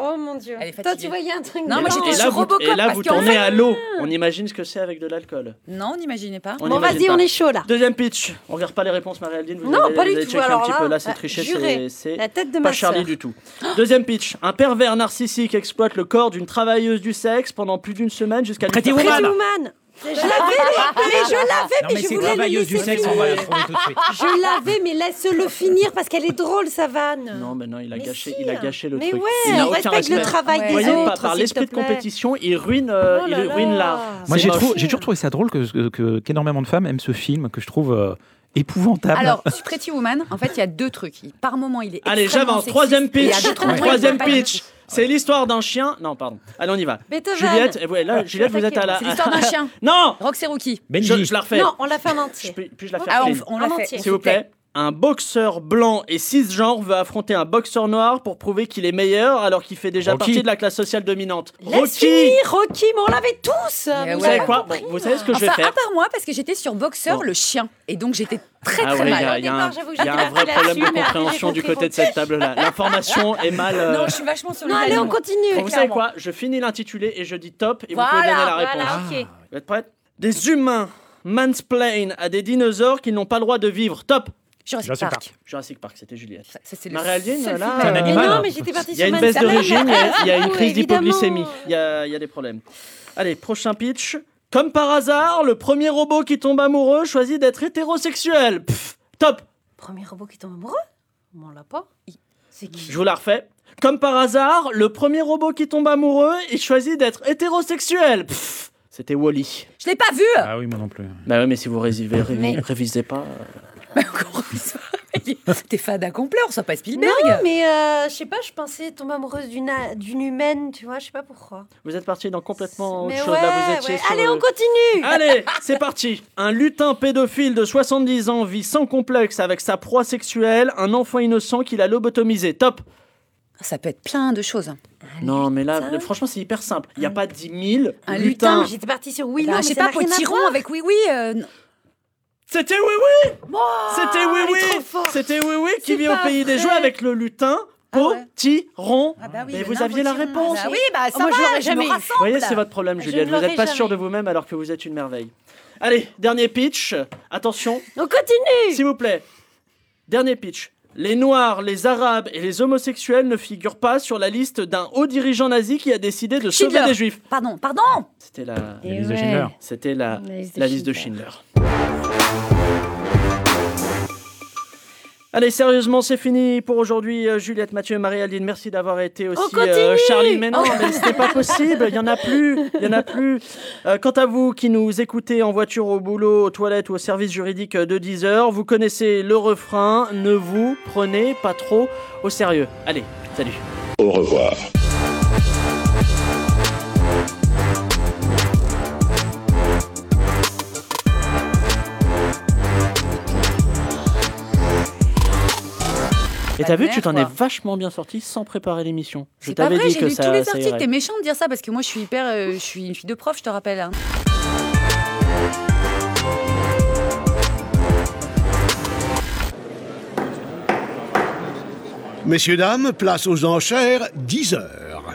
S6: Oh mon dieu. Toi, tu voyais un truc.
S4: Non, moi,
S6: blanc. hein.
S4: j'étais
S2: Et là,
S4: sur
S2: vous,
S4: Robocop.
S2: et là,
S4: parce
S2: vous
S4: qu'en
S2: tournez
S4: fait-
S2: à l'eau.
S6: euh,
S2: On imagine ce que c'est avec de l'alcool.
S6: Ah.
S4: Non, n'imaginez pas.
S2: On
S6: Bon,
S2: imagine
S6: vas-y,
S2: pas.
S6: on est chaud là.
S2: Deuxième pitch. On regarde pas les réponses, Marie-Aldine. Vous
S6: Non,
S2: avez,
S6: pas
S2: vous
S6: du
S2: avez
S6: tout,
S2: checké un
S6: alors
S2: petit
S6: là,
S2: peu. Là, c'est
S6: bah,
S2: triché.
S6: juré.
S2: c'est- C'est
S6: La tête de
S2: pas
S6: ma sœur.
S2: Charlie du tout. Deuxième pitch. Un pervers narcissique exploite le corps d'une travailleuse du sexe pendant plus d'une semaine jusqu'à. lui
S5: Pretty
S2: faire-
S5: Woman. Pretty
S6: Woman. Je l'avais, mais je l'avais,
S5: Non,
S6: mais,
S5: mais
S6: je
S5: c'est
S6: voulais le
S5: travailleuse du
S6: laisser
S5: sexe,
S6: finir.
S5: on va la trouver tout de suite.
S6: Je l'avais, mais laisse-le finir parce qu'elle est drôle, sa vanne.
S2: Non, mais non, il a
S6: Mais
S2: gâché,
S6: si.
S2: il a gâché le
S6: Mais
S2: truc.
S6: ouais,
S2: il n'a
S6: on
S2: aucun
S6: respecte
S2: respect.
S6: le travail des
S2: Voyez, par-
S6: autres,
S2: par
S6: s'il
S2: l'esprit
S6: te
S2: de
S6: plaît.
S2: compétition, il ruine, euh,
S6: Oh
S2: il
S6: là
S2: ruine
S6: là.
S2: l'art.
S5: [LAUGHS] Moi,
S2: C'est
S5: j'ai
S2: moche.
S5: trou- j'ai toujours trouvé ça drôle que- que- que- qu'énormément de femmes aiment ce film que je trouve euh, épouvantable.
S4: Alors, sur Pretty Woman, en fait, il y a deux trucs. Il- Par moment, il est.
S2: Allez,
S4: extrêmement
S2: j'avance.
S4: sexiste,
S2: Troisième
S4: et il y a
S2: pitch.
S4: d'autres moments, il est
S2: Troisième
S4: pas du
S2: pitch. C'est l'histoire d'un chien. Non, pardon. Allez, on y va.
S6: Beethoven.
S2: Juliette, eh, ouais, là, Juliette, vous êtes à la.
S4: C'est l'histoire d'un chien.
S2: Non
S4: Rox et Rookie.
S2: Je, je la refais.
S6: Non, on l'a fait en entier.
S2: Puis- Puis-je la faire
S4: Ah, on-
S2: clean
S4: on l'a
S6: En
S4: fait.
S6: entier.
S2: S'il vous plaît. Un boxeur blanc et cisgenre veut affronter un boxeur noir pour prouver qu'il est meilleur alors qu'il fait déjà
S5: Rocky.
S2: partie de la classe sociale dominante.
S6: Laisse
S2: Rocky
S6: finir, Rocky, mais on l'avait tous. mais
S2: Vous
S6: on l'a
S2: savez
S6: pas
S2: quoi
S6: compris.
S2: Bon, Vous savez ce que je vais
S4: enfin,
S2: faire
S4: Ah, à part moi, parce que j'étais sur Boxeur
S2: Bon.
S4: le chien. Et donc, j'étais très,
S2: Ah
S4: très
S2: ouais, il y a,
S4: mal.
S2: il y a un,
S6: j'avoue,
S2: il y a
S6: j'ai
S2: un vrai
S6: appris
S2: problème de
S6: là-dessus, mais après,
S2: compréhension
S6: j'ai
S2: du
S6: compris
S2: côté de cette
S6: [LAUGHS]
S2: table-là. L'information est mal. euh,
S4: Non, je suis vachement sur le
S6: Non, allez,
S4: vélo,
S6: on
S4: moi.
S6: continue.
S2: Bon, vous savez quoi Je finis l'intitulé et je dis top et vous pouvez donner la réponse.
S6: Voilà, ok.
S2: Vous êtes prêts Des humains mansplain à des dinosaures qui n'ont pas le droit de vivre. Top
S4: Jurassic
S5: Jurassic
S4: Park.
S5: Park.
S2: Jurassic Park, c'était Juliette.
S4: c'est le
S2: Marie-Aldine,
S4: seul
S2: là.
S4: film
S5: C'est un
S2: euh,
S5: animal.
S6: Non, mais j'étais partie
S2: Il y a
S6: sur
S2: une baisse
S6: Manhattan.
S2: d'origine, il y a-
S6: [LAUGHS]
S2: il y a une crise
S6: Évidemment.
S2: d'hypoglycémie. Il y, a il y a des problèmes. Allez, prochain pitch. Comme par hasard, le premier robot qui tombe amoureux choisit d'être hétérosexuel. Pff, top
S6: Premier robot qui tombe amoureux On l'a pas. C'est qui
S2: Je vous la refais. Comme par hasard, le premier robot qui tombe amoureux, il choisit d'être hétérosexuel. Pfff, C'était Wally.
S4: Je l'ai pas vu
S15: Ah oui, moi non plus.
S2: Bah oui, mais si vous révisez, révi-
S4: Mais-
S2: révisez pas. euh,
S4: [LAUGHS] T'es fan d'accompli, on soit pas Spielberg
S6: Non, mais euh, je sais pas, je pensais tomber amoureuse d'une a- d'une humaine, tu vois, je sais pas pourquoi.
S2: Vous êtes parti dans complètement autre
S6: Mais
S2: chose. là, vous
S6: ouais,
S2: étiez
S6: ouais.
S2: sur
S6: Allez,
S2: le-
S6: on
S4: Ah,
S6: continue
S2: Allez, c'est parti. Un lutin pédophile de 70 ans vit sans complexe avec sa proie sexuelle, un enfant innocent qu'il a lobotomisé. Top.
S4: Ça peut être plein de choses.
S2: Non, mais là, franchement, c'est hyper simple. Il n'y a pas 10 000
S4: Un
S2: lutins.
S4: lutin,
S6: J'étais partie sur
S4: Bah,
S6: Willow.
S4: je sais pas, Potiron avec Oui Oui. euh, non.
S2: C'était Oui Oui C'était Oui Oui C'était Oui Oui qui
S4: C'est
S2: vit au
S4: pas
S2: pays des
S4: vrai. Ah
S2: joies avec le lutin Potiron.
S4: bah oui,
S2: mais
S4: le
S2: vous
S4: nain
S2: aviez la
S4: potiron.
S2: réponse.
S4: Ah bah oui, bah, ça
S6: Moi, je
S4: va,
S6: l'aurais
S4: je
S6: jamais
S4: me
S6: eu.
S4: rassemble.
S2: Vous voyez, c'est votre problème,
S6: Je
S2: Juliette. Vous
S6: l'aurais
S2: n'êtes pas sûr
S6: jamais.
S2: de vous-même alors que vous êtes une merveille. Allez, dernier pitch. Attention.
S6: On
S2: [LAUGHS]
S6: continue
S2: S'il vous plaît. Dernier pitch. Les Noirs, les Arabes et les homosexuels ne figurent pas sur la liste d'un haut dirigeant nazi qui a décidé de sauver
S4: Schindler.
S2: des Juifs.
S4: Pardon, pardon
S2: C'était la...
S4: La liste de ouais. Schindler.
S2: C'était la...
S4: La liste de
S2: la liste de Schindler. Allez, sérieusement, c'est fini pour aujourd'hui. Euh, Juliette, Mathieu, Marie-Aline, merci d'avoir été aussi.
S6: continue
S2: Charlie, mais non,
S6: Oh.
S2: mais c'était pas possible. Il y en a plus. Il y en a plus. Euh, quant à vous qui nous écoutez en voiture, au boulot, aux toilettes ou au service juridique euh, de 10 heures, vous connaissez le refrain. Ne vous prenez pas trop au sérieux. Allez, salut.
S16: Au revoir.
S2: Et t'as vu,
S4: mère,
S2: tu t'en
S4: quoi.
S2: es vachement bien sorti sans préparer l'émission. Je
S4: C'est pas
S2: t'avais
S4: vrai,
S2: dit
S4: j'ai
S2: que
S4: lu
S2: ça.
S4: tous les
S2: ça
S4: articles.
S2: irait.
S4: T'es méchant de dire ça parce que moi je suis hyper. euh, je suis une fille de prof, je te rappelle. hein.
S5: Messieurs, dames, place aux enchères, 10 heures.